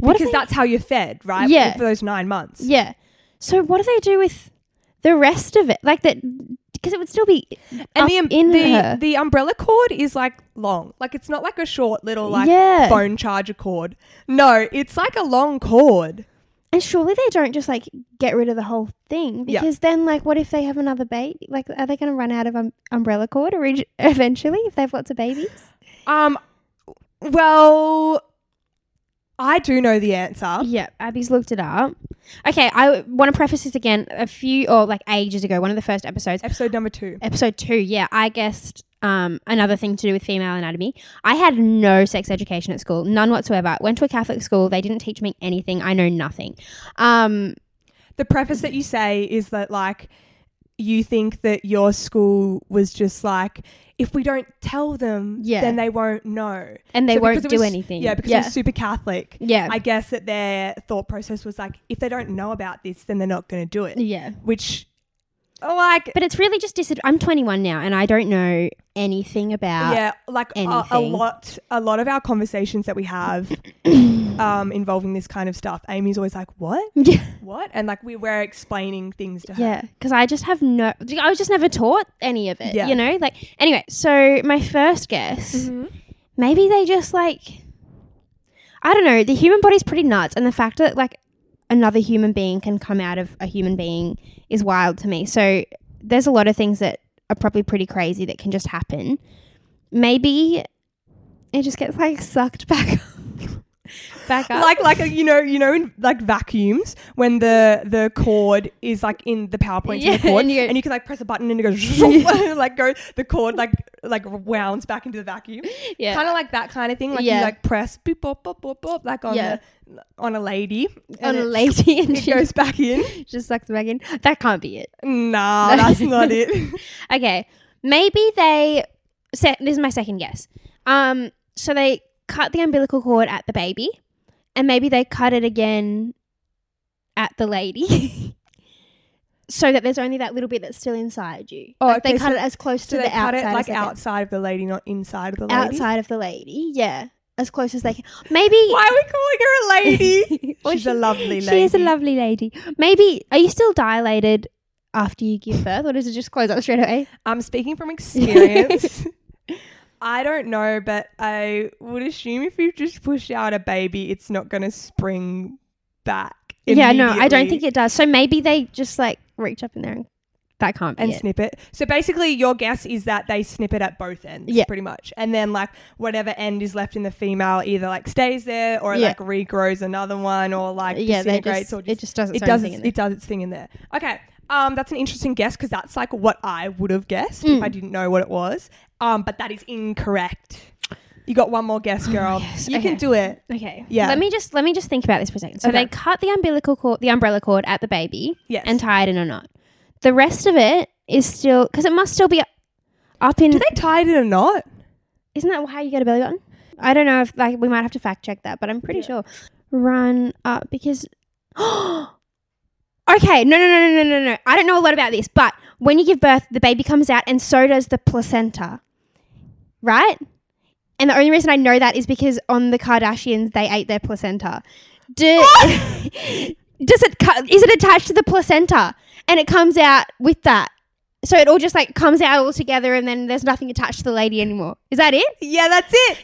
D: What if
C: because
D: they-
C: that's how you're fed, right?
D: Yeah.
C: For those nine months.
D: Yeah. So what do they do with the rest of it? Like that because it would still be
C: And
D: up
C: the, um,
D: in
C: the,
D: her.
C: the umbrella cord is like long. Like it's not like a short little like
D: Yeah.
C: phone charger cord. No, it's like a long cord.
D: and surely they don't just like get rid of the whole thing
C: Yeah.
D: because then like what if they have another baby? Like are they going to run out of um, umbrella cord orig- eventually if they have lots of babies?
C: Um well I do know the answer.
D: Yeah, Abby's looked it up. Okay, I want to preface this again. A few or like ages ago, one of the first episodes,
C: Episode number two.
D: episode two. Yeah, I guessed um, another thing to do with female anatomy. I had no sex education at school, none whatsoever. Went to a Catholic school. They didn't teach me anything. I know nothing. Um,
C: The preface that you say is that like you think that your school was just like if we don't tell them,
D: Yeah.
C: then they won't know.
D: and they
C: So because
D: won't
C: it
D: do
C: was-
D: anything.
C: Yeah, because
D: yeah.
C: it was super Catholic.
D: yeah.
C: I guess that their thought process was like, if they don't know about this, then they're not going to do it.
D: yeah.
C: Which, like,
D: But it's really just dis- I'm 21 now, and I don't know anything about.
C: yeah, like a, a
D: anything.
C: lot, a lot of our conversations that we have um, involving this kind of stuff. Amy's always like, "What?
D: Yeah.
C: What?" And like we were explaining things to her.
D: Yeah, because I just have no. I was just never taught any of it.
C: Yeah.
D: You know, like anyway. So my first guess, maybe they just like, I don't know. The human body's pretty nuts, and the fact that like another human being can come out of a human being is wild to me. So there's a lot of things that are probably pretty crazy that can just happen. Maybe it just gets like sucked back, back up.
C: Like, like you know, you know, in like vacuums when the the cord is like in the PowerPoint
D: Yeah,
C: the cord,
D: and
C: and
D: you
C: you,
D: go-
C: can like press a button and it goes like go the cord like like wounds back into the vacuum.
D: yeah.
C: kind of like that kind of thing. Like
D: Yeah.
C: you like press boop boop boop boop boop like on
D: Yeah.
C: a on a lady. and
D: on a
C: it-
D: lady and
C: It
D: she
C: goes back in.
D: just sucks back in. That can't be it.
C: Nah, that's not it.
D: Okay, maybe they. Se- this is my second guess. Um, so they cut the umbilical cord at the baby, and maybe they cut it again at the lady, so that there's only that little bit that's still inside you.
C: Oh,
D: like they
C: okay,
D: cut
C: so-
D: it as close
C: So
D: to
C: they
D: the
C: cut
D: outside,
C: it
D: as
C: like
D: they can.
C: outside of the lady, not inside of the lady.
D: outside of the lady. Yeah, as close as they can. Maybe
C: Why are we calling her a lady?
D: Well,
C: She's a
D: she-
C: lovely lady.
D: she is a lovely lady. Maybe are you still dilated after you give birth, or does it just close up straight away?
C: I'm speaking from experience. I don't know, but I would assume if you just push out a baby, it's not going to spring back.
D: Yeah, no, I don't
C: immediately
D: think it does. So maybe they just like reach up in there and that can't be
C: And
D: it.
C: snip it. So basically, your guess is that they snip it at both ends,
D: Yeah.
C: pretty much. And then, like, whatever end is left in the female either, like, stays there or,
D: Yeah.
C: like, regrows another one or, like,
D: yeah, they
C: disintegrates
D: just,
C: or
D: it just does its
C: it
D: own
C: does
D: thing
C: its,
D: in
C: it does its thing in there. Okay, um, that's an interesting guess because that's like what I would have guessed if I
D: Mm.
C: didn't know what it was. Um, but that is incorrect. You got one more guess, girl.
D: Oh, yes,
C: You
D: okay.
C: can do it.
D: there. Okay.
C: Yeah.
D: Let me just let me just think about this for a second. So
C: Okay.
D: they cut the umbilical cord, the umbrella cord at the baby,
C: Yes.
D: and tie it in a knot. The rest of it is still because it must still be up in.
C: do they tie it in a knot?
D: Isn't that how you get a belly button? I don't know if like we might have to fact check that, but I'm pretty sure. Run up because Okay, no no no no no no no. I don't know a lot about this, but when you give birth, the baby comes out and so does the placenta. Right? And the only reason I know that is because on the Kardashians they ate their placenta. Do, does it co- is it attached to the placenta and it comes out with that? So it all just like comes out all together and then there's nothing attached to the lady anymore. Is that it?
C: Yeah, that's it.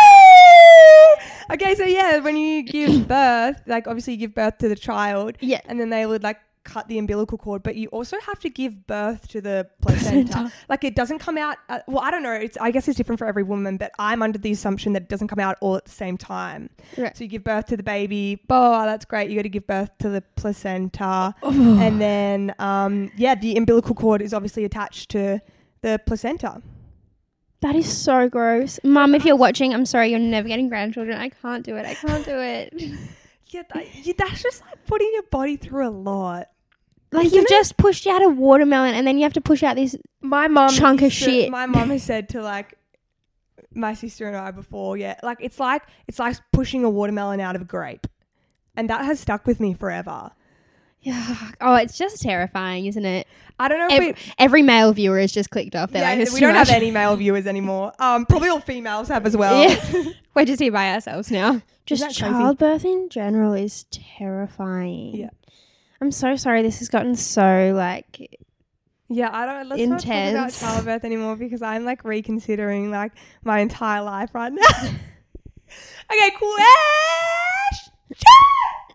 D: Yeah!
C: Okay, so yeah, when you give birth, like obviously you give birth to the child,
D: Yeah.
C: and then they would like cut the umbilical cord, but you also have to give birth to the placenta.
D: Placenta.
C: Like it doesn't come out. At, well, I don't know. It's I guess it's different for every woman, but I'm under the assumption that it doesn't come out all at the same time.
D: Right.
C: So you give birth to the baby. Oh, that's great. You got to give birth to the placenta,
D: Oh.
C: and then um, yeah, the umbilical cord is obviously attached to the placenta.
D: That is so gross. Mum, if you're watching, I'm sorry, you're never getting grandchildren. I can't do it. I can't do it.
C: Yeah, that, yeah, that's just like putting your body through a lot.
D: like, you've just pushed out a watermelon and then you have to push out this.
C: my mom
D: Chunk of
C: used to-
D: shit.
C: My mom has said to like my sister and I before, yeah, like it's like it's like pushing a watermelon out of a grape, and that has stuck with me forever.
D: Yuck. Oh, it's just terrifying, isn't it?
C: I don't know if
D: Every,
C: we,
D: every male viewer is just clicked off. They're
C: yeah,
D: like, "It's
C: we
D: too
C: don't
D: much."
C: have any male viewers anymore. Um, probably all females have as well.
D: Yeah. We're just here by ourselves now. Just
C: that crazy?
D: childbirth in general is terrifying.
C: Yeah.
D: I'm so sorry this has gotten so like
C: Yeah, I don't. Let's not
D: Intense.
C: talk about childbirth anymore because I'm like reconsidering like my entire life right now. okay, question.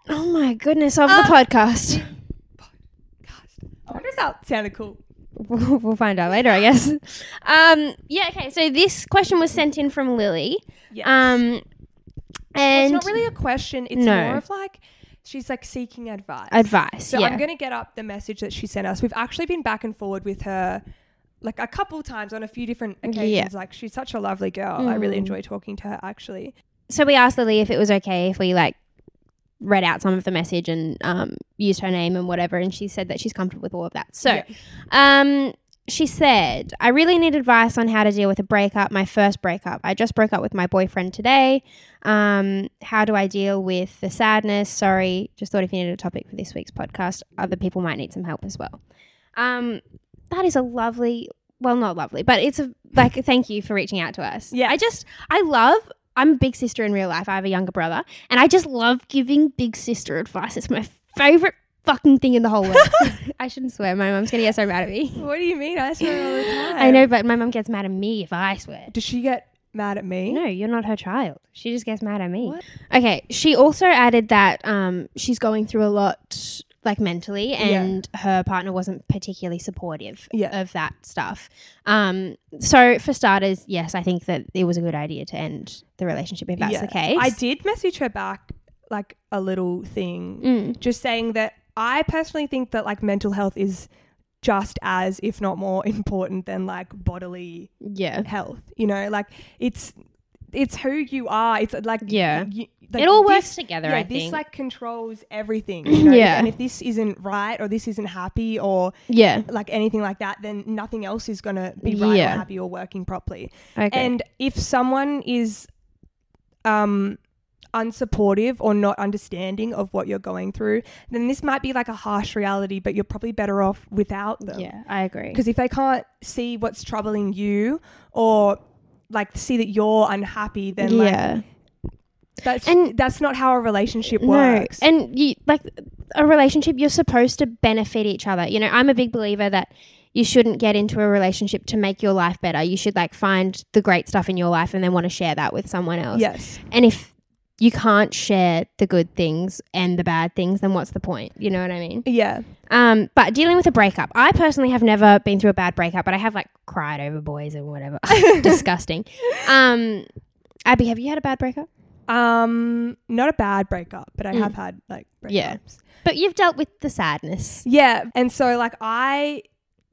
D: Oh my goodness, off the
C: Uh,
D: podcast.
C: I wonder if that sounded cool.
D: we'll we'll find out later, I guess. Um, yeah, okay. So this question was sent in from Lily.
C: Yes.
D: Um,
C: Well,
D: and
C: it's not really a question. It's
D: No.
C: more of like she's like seeking advice.
D: advice.
C: so
D: yeah.
C: I'm gonna get up the message that she sent us. We've actually been back and forward with her like a couple times on a few different occasions. Like she's such a lovely girl. I really
D: Mm.
C: enjoy talking to her actually.
D: so we asked Lily if it was okay if we like read out some of the message and um, used her name and whatever, and she said that she's comfortable with all of that. So, um, she said, "I really need advice on how to deal with a breakup. My first breakup. I just broke up with my boyfriend today. Um, how do I deal with the sadness? Sorry, just thought if you needed a topic for this week's podcast, other people might need some help as well." Um, that is a lovely. Well, not lovely, but it's a like. Thank you for reaching out to us.
C: Yeah.
D: I just I love I'm a big sister in real life. I have a younger brother, and I just love giving big sister advice. It's my favorite fucking thing in the whole world. I shouldn't swear. My mom's gonna get so mad at me.
C: What do you mean? I swear all the time.
D: I know, but my mom gets mad at me if I swear.
C: Does she get mad at me?
D: No, you're not her child. She just gets mad at me. Okay. She also added that um, she's going through a lot, like mentally, and her partner wasn't particularly supportive
C: Yeah.
D: of that stuff. Um, so, for starters, yes, I think that it was a good idea to end the relationship if that's
C: Yeah.
D: the case.
C: I did message her back like a little thing,
D: Mm.
C: just saying that I personally think that like mental health is just as, if not more, important than like bodily
D: Yeah.
C: health. You know, like it's it's who you are. It's like
D: Yeah.
C: you- like,
D: it all
C: this-
D: works together,
C: Yeah,
D: I
C: this
D: think.
C: like controls everything. You know?
D: Yeah.
C: and if this isn't right or this isn't happy or
D: yeah.
C: like anything like that, then nothing else is gonna be right
D: Yeah.
C: or happy or working properly.
D: Okay.
C: And if someone is um unsupportive or not understanding of what you're going through, then this might be like a harsh reality, but you're probably better off without them
D: yeah, I agree.
C: because if they can't see what's troubling you or like see that you're unhappy, then like
D: yeah.
C: that's
D: And-
C: that's not how a relationship works.
D: No. And you like a relationship you're supposed to benefit each other. You know, I'm a big believer that you shouldn't get into a relationship to make your life better. You should like find the great stuff in your life and then want to share that with someone else.
C: yes.
D: And if you can't share the good things and the bad things, then what's the point? You know what I mean?
C: Yeah.
D: Um, but dealing with a breakup, I personally have never been through a bad breakup, but I have like cried over boys and whatever. Disgusting. Um, Abby, have you had a bad breakup?
C: Um not a bad breakup, but I
D: Mm.
C: have had like breakups.
D: Yeah. But you've dealt with the sadness.
C: Yeah. And so like I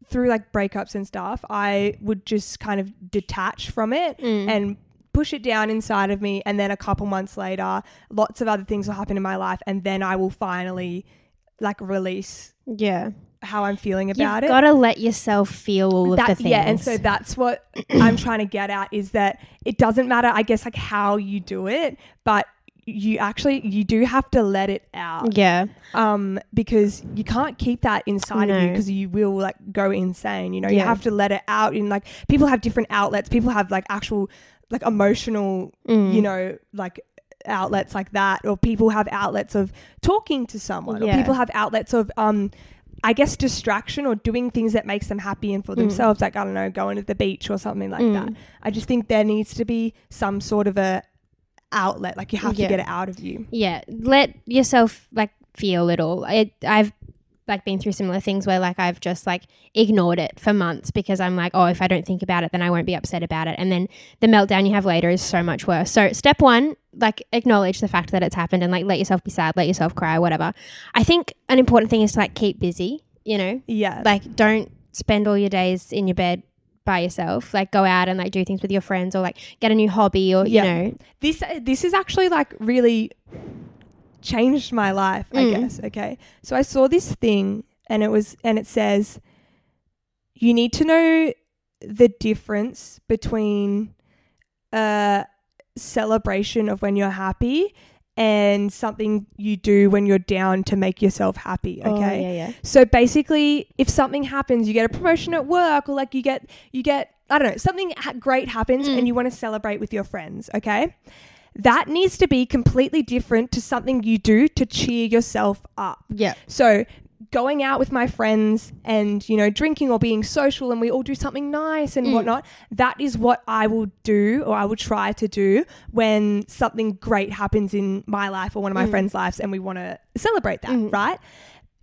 C: through like breakups and stuff, I would just kind of detach from it
D: Mm.
C: and push it down inside of me and then a couple months later, lots of other things will happen in my life and then I will finally like release
D: Yeah.
C: how I'm feeling about
D: You've
C: it.
D: got to let yourself feel all
C: That-
D: of the things.
C: Yeah, and so that's what I'm trying to get at is that it doesn't matter, I guess, like how you do it, but you actually you do have to let it out
D: yeah,
C: um because you can't keep that inside of you
D: No.
C: because you will like go insane you know you
D: Yeah.
C: have to let it out in like people have different outlets people have like actual like emotional
D: Mm.
C: you know like outlets like that or people have outlets of talking to someone or
D: Yeah.
C: people have outlets of um I guess distraction or doing things that makes them happy
D: Mm.
C: and for themselves, like I don't know, going to the beach or something like that. I just think there needs to be some sort of a outlet. Like you have
D: Yeah.
C: to get it out of you.
D: yeah. Let yourself like feel it all. It, I've like been through similar things where like I've just like ignored it for months because I'm like, oh, if I don't think about it, then I won't be upset about it. And then the meltdown you have later is so much worse. So step one, like acknowledge the fact that it's happened and like let yourself be sad, let yourself cry, whatever. I think an important thing is to like keep busy. You know,
C: Yeah.
D: like don't spend all your days in your bed by yourself like go out and like do things with your friends or like get a new hobby or
C: Yeah.
D: you know
C: this uh, this is actually like really changed my life i
D: Mm.
C: guess okay so i saw this thing and it was and it says you need to know the difference between a celebration of when you're happy and something you do when you're down to make yourself happy okay
D: Oh, yeah yeah
C: so basically, if something happens, you get a promotion at work, or like you get you get I don't know something ha- great happens,
D: Mm.
C: and you want to celebrate with your friends. Okay, that needs to be completely different to something you do to cheer yourself up.
D: yeah
C: So going out with my friends and you know drinking or being social and we all do something nice and whatnot that is what i will do or i will try to do when something great happens in my life or one of my friends lives and we want to celebrate that right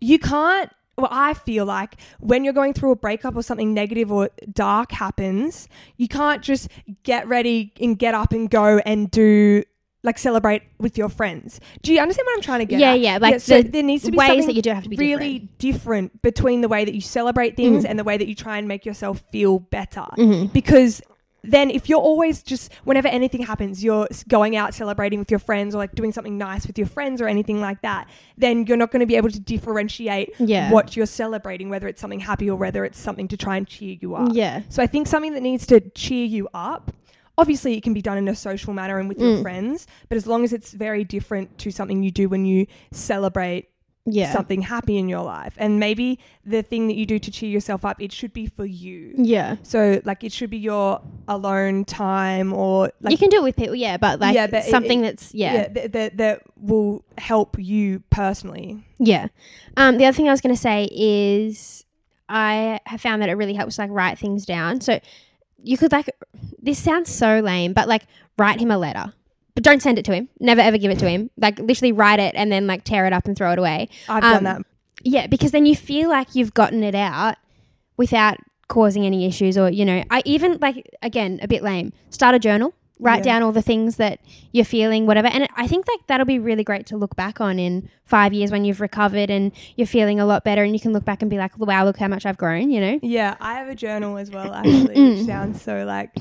C: you can't well i feel like when you're going through a breakup or something negative or dark happens you can't just get ready and get up and go and do like celebrate with your friends. Do you understand what I'm trying to get?
D: Yeah,
C: at?
D: yeah, like
C: so
D: the
C: there needs to be
D: ways
C: something
D: that you do have to be Mm-hmm.
C: really different. between the way that you celebrate things and the way that you try and make yourself feel better. Because then if you're always just whenever anything happens, you're s- going out celebrating with your friends or like doing something nice with your friends or anything like that, then you're not going to be able to differentiate
D: Yeah.
C: what you're celebrating, whether it's something happy or whether it's something to try and cheer you up.
D: yeah
C: So I think something that needs to cheer you up. Obviously, it can be done in a social manner and with
D: Mm.
C: your friends, but as long as it's very different to something you do when you celebrate
D: yeah
C: something happy in your life, and maybe the thing that you do to cheer yourself up, it should be for you.
D: yeah
C: So, like, it should be your alone time, or like
D: you can do it with people yeah but like
C: Yeah, but it-
D: something
C: it-
D: that's yeah
C: that, that that will help you personally.
D: yeah um the other thing i was going to say is i have found that it really helps like write things down so you could like this sounds so lame but like write him a letter but don't send it to him never ever give it to him like literally write it and then like tear it up and throw it away
C: I've
D: Um,
C: done that.
D: Yeah, because then you feel like you've gotten it out without causing any issues or, you know, I even like again, a bit lame. Start a journal, write
C: Yeah.
D: down all the things that you're feeling, whatever. And I think like that'll be really great to look back on in 5 years when you've recovered and you're feeling a lot better and you can look back and be like, "Wow, look how much I've grown," you know?
C: Yeah, I have a journal as well, actually, which sounds so like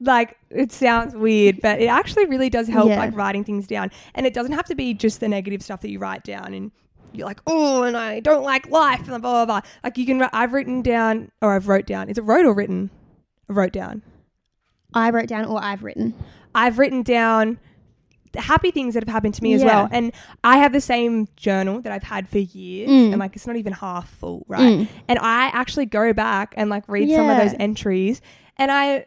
C: like it sounds weird, but it actually really does help
D: Yeah.
C: like writing things down. And it doesn't have to be just the negative stuff that you write down and you're like, oh, and I don't like life and blah blah blah. Like you can, wri- I've written down or I've wrote down. Is it wrote or written? I wrote down.
D: I wrote down or I've written.
C: I've written down the happy things that have happened to me as
D: Yeah.
C: well. And I have the same journal that I've had for years.
D: Mm.
C: And like it's not even half full, right? And I actually go back and like read some of
D: Yeah.
C: those entries and I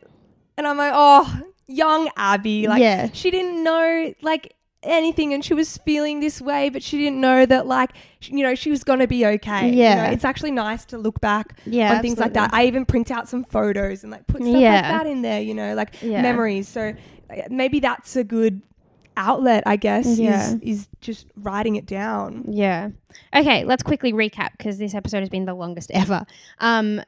C: And I'm like, oh, young Abby. Like,
D: Yeah.
C: she didn't know, like, anything and she was feeling this way but she didn't know that like sh- you know she was gonna be okay You
D: Yeah.
C: know, it's actually nice to look back
D: Yeah,
C: on things like that i even print out some photos and like put stuff like
D: Yeah.
C: that in there you know like
D: Yeah.
C: memories so uh, maybe that's a good outlet i guess
D: Yeah.
C: is, is just writing it down
D: Yeah. Okay, let's quickly recap because this episode has been the longest ever. Um,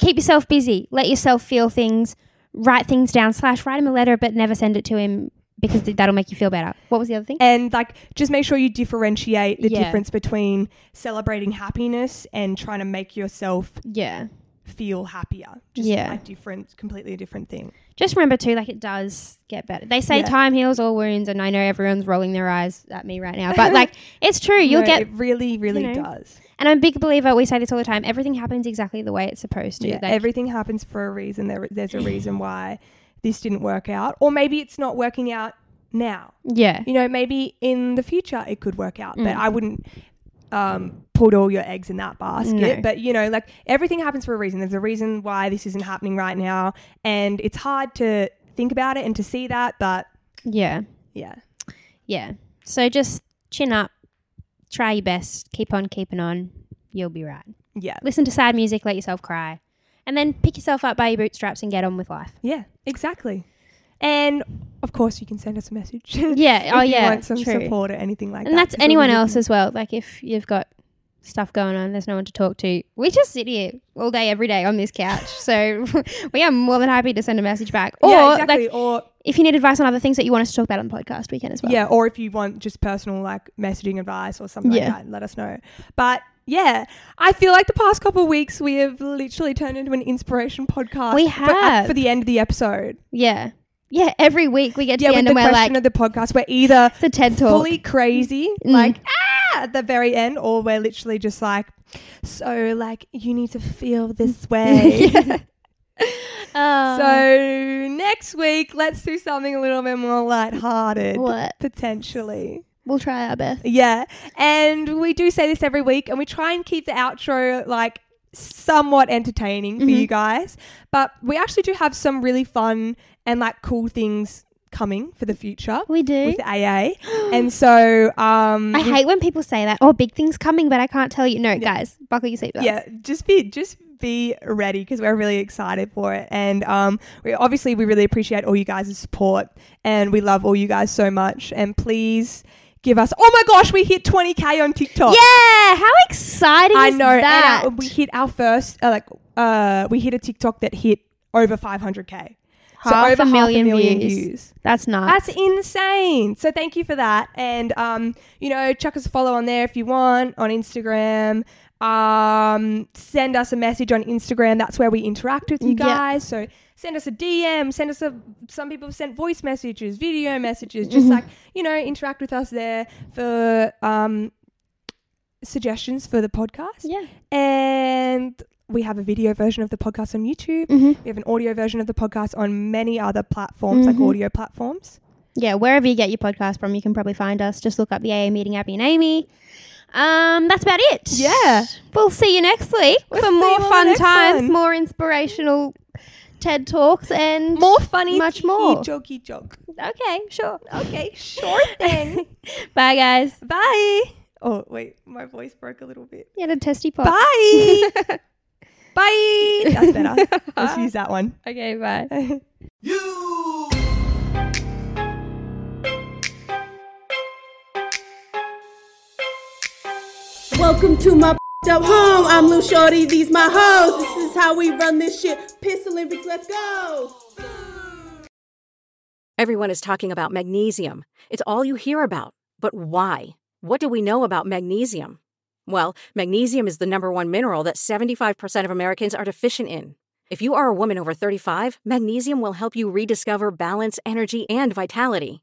D: keep yourself busy. Let yourself feel things. Write things down. Slash, write him a letter, but never send it to him because th- that'll make you feel better. What was the other thing?
C: and like just make sure you differentiate the
D: Yeah.
C: difference between celebrating happiness and trying to make yourself
D: Yeah.
C: feel happier just
D: Yeah.
C: like different completely a different thing
D: Just remember too, like it does get better. They say
C: Yeah.
D: time heals all wounds, and I know everyone's rolling their eyes at me right now, but like it's true. You'll
C: No,
D: get.
C: it really really
D: know,
C: does
D: And I'm a big believer. We say this all the time. Everything happens exactly the way it's supposed to.
C: yeah,
D: Like,
C: everything happens for a reason there, there's a reason why this didn't work out or maybe it's not working out now
D: yeah.
C: you know maybe in the future it could work out
D: Mm.
C: but i wouldn't um, put all your eggs in that basket
D: No.
C: but you know like everything happens for a reason there's a reason why this isn't happening right now and it's hard to think about it and to see that but
D: Yeah.
C: yeah
D: Yeah. So just chin up, try your best, keep on keeping on. You'll be right.
C: yeah
D: Listen to sad music, let yourself cry, and then pick yourself up by your bootstraps and get on with life.
C: yeah exactly and of course you can send us a message
D: Yeah.
C: if
D: oh,
C: you
D: yeah.
C: want some
D: true.
C: support or anything like
D: and
C: that
D: that's
C: 'cause we're
D: anyone
C: really-
D: else as well. Like if you've got stuff going on, there's no one to talk to. We just sit here all day, every day on this couch. so we are more than happy to send a message back. Or
C: yeah, exactly.
D: like
C: or
D: if you need advice on other things that you want us to talk about on the podcast, we can as well.
C: Yeah, or if you want just personal like messaging advice or something
D: Yeah.
C: like that, let us know. But yeah, I feel like the past couple of weeks we have literally turned into an inspiration podcast.
D: We
C: for, uh,
D: have.
C: for the end of the episode.
D: Yeah. Yeah. Every week we get to
C: Yeah,
D: the
C: with
D: end
C: the
D: and we're
C: question of
D: like,
C: the podcast, we're either
D: it's a TED talk.
C: fully crazy,
D: Mm.
C: like ah, at the very end, or we're literally just like, so like you need to feel this way.
D: Yeah.
C: Oh.
D: Um,
C: So next week, let's do something a little bit more lighthearted,
D: What?
C: potentially.
D: We'll try our best.
C: Yeah. And we do say this every week, and we try and keep the outro like somewhat entertaining for
D: Mhm.
C: you guys. But we actually do have some really fun and like cool things coming for the future
D: We do.
C: with the AA. and so, um,
D: I
C: we-
D: hate when people say that. Oh, big things coming, but I can't tell you. No, guys, buckle your seatbelts.
C: yeah, just be, just be ready because we're really excited for it and um we obviously we really appreciate all you guys' support and we love all you guys so much and please give us oh my gosh we hit 20k on tiktok
D: Yeah. How exciting!
C: I
D: is
C: know. and
D: that.
C: our- we hit our first uh, like uh, we hit a TikTok that hit over 500k.
D: Half a million views. That's nuts.
C: That's insane. So thank you for that. And um, you know, chuck us a follow on there if you want on Instagram. Um, send us a message on Instagram. That's where we interact with you
D: Yeah.
C: guys. So send us a DM. Send us a. Some people have sent voice messages, video messages. Just
D: Mm-hmm.
C: like you know, interact with us there for um suggestions for the podcast.
D: yeah.
C: And we have a video version of the podcast on YouTube. We have an audio version of the podcast on many other platforms, like audio platforms.
D: Yeah. Wherever you get your podcast from, you can probably find us. Just look up the AA meeting, Abby and Amy. Um, that's about it.
C: Yeah.
D: We'll see you next week for
C: see
D: more
C: you on the
D: fun
C: next
D: times,
C: one.
D: more inspirational TED talks, and
C: More funny,
D: much more.
C: jokey joke.
D: Okay, sure.
C: Okay, sure thing.
D: Bye, guys.
C: Bye. Oh wait, my voice broke a little bit.
D: You had a testy pop.
C: Bye. Bye. That's better. Let's use that one.
D: Okay, bye.
A: You.
B: Welcome to my up home. I'm Lou Shorty. These my hoes. This is how we run this shit. Piss Olympics. Let's go.
E: Everyone is talking about magnesium. It's all you hear about. But why? What do we know about magnesium? Well, magnesium is the number one mineral that 75% of Americans are deficient in. If you are a woman over 35, magnesium will help you rediscover balance, energy, and vitality.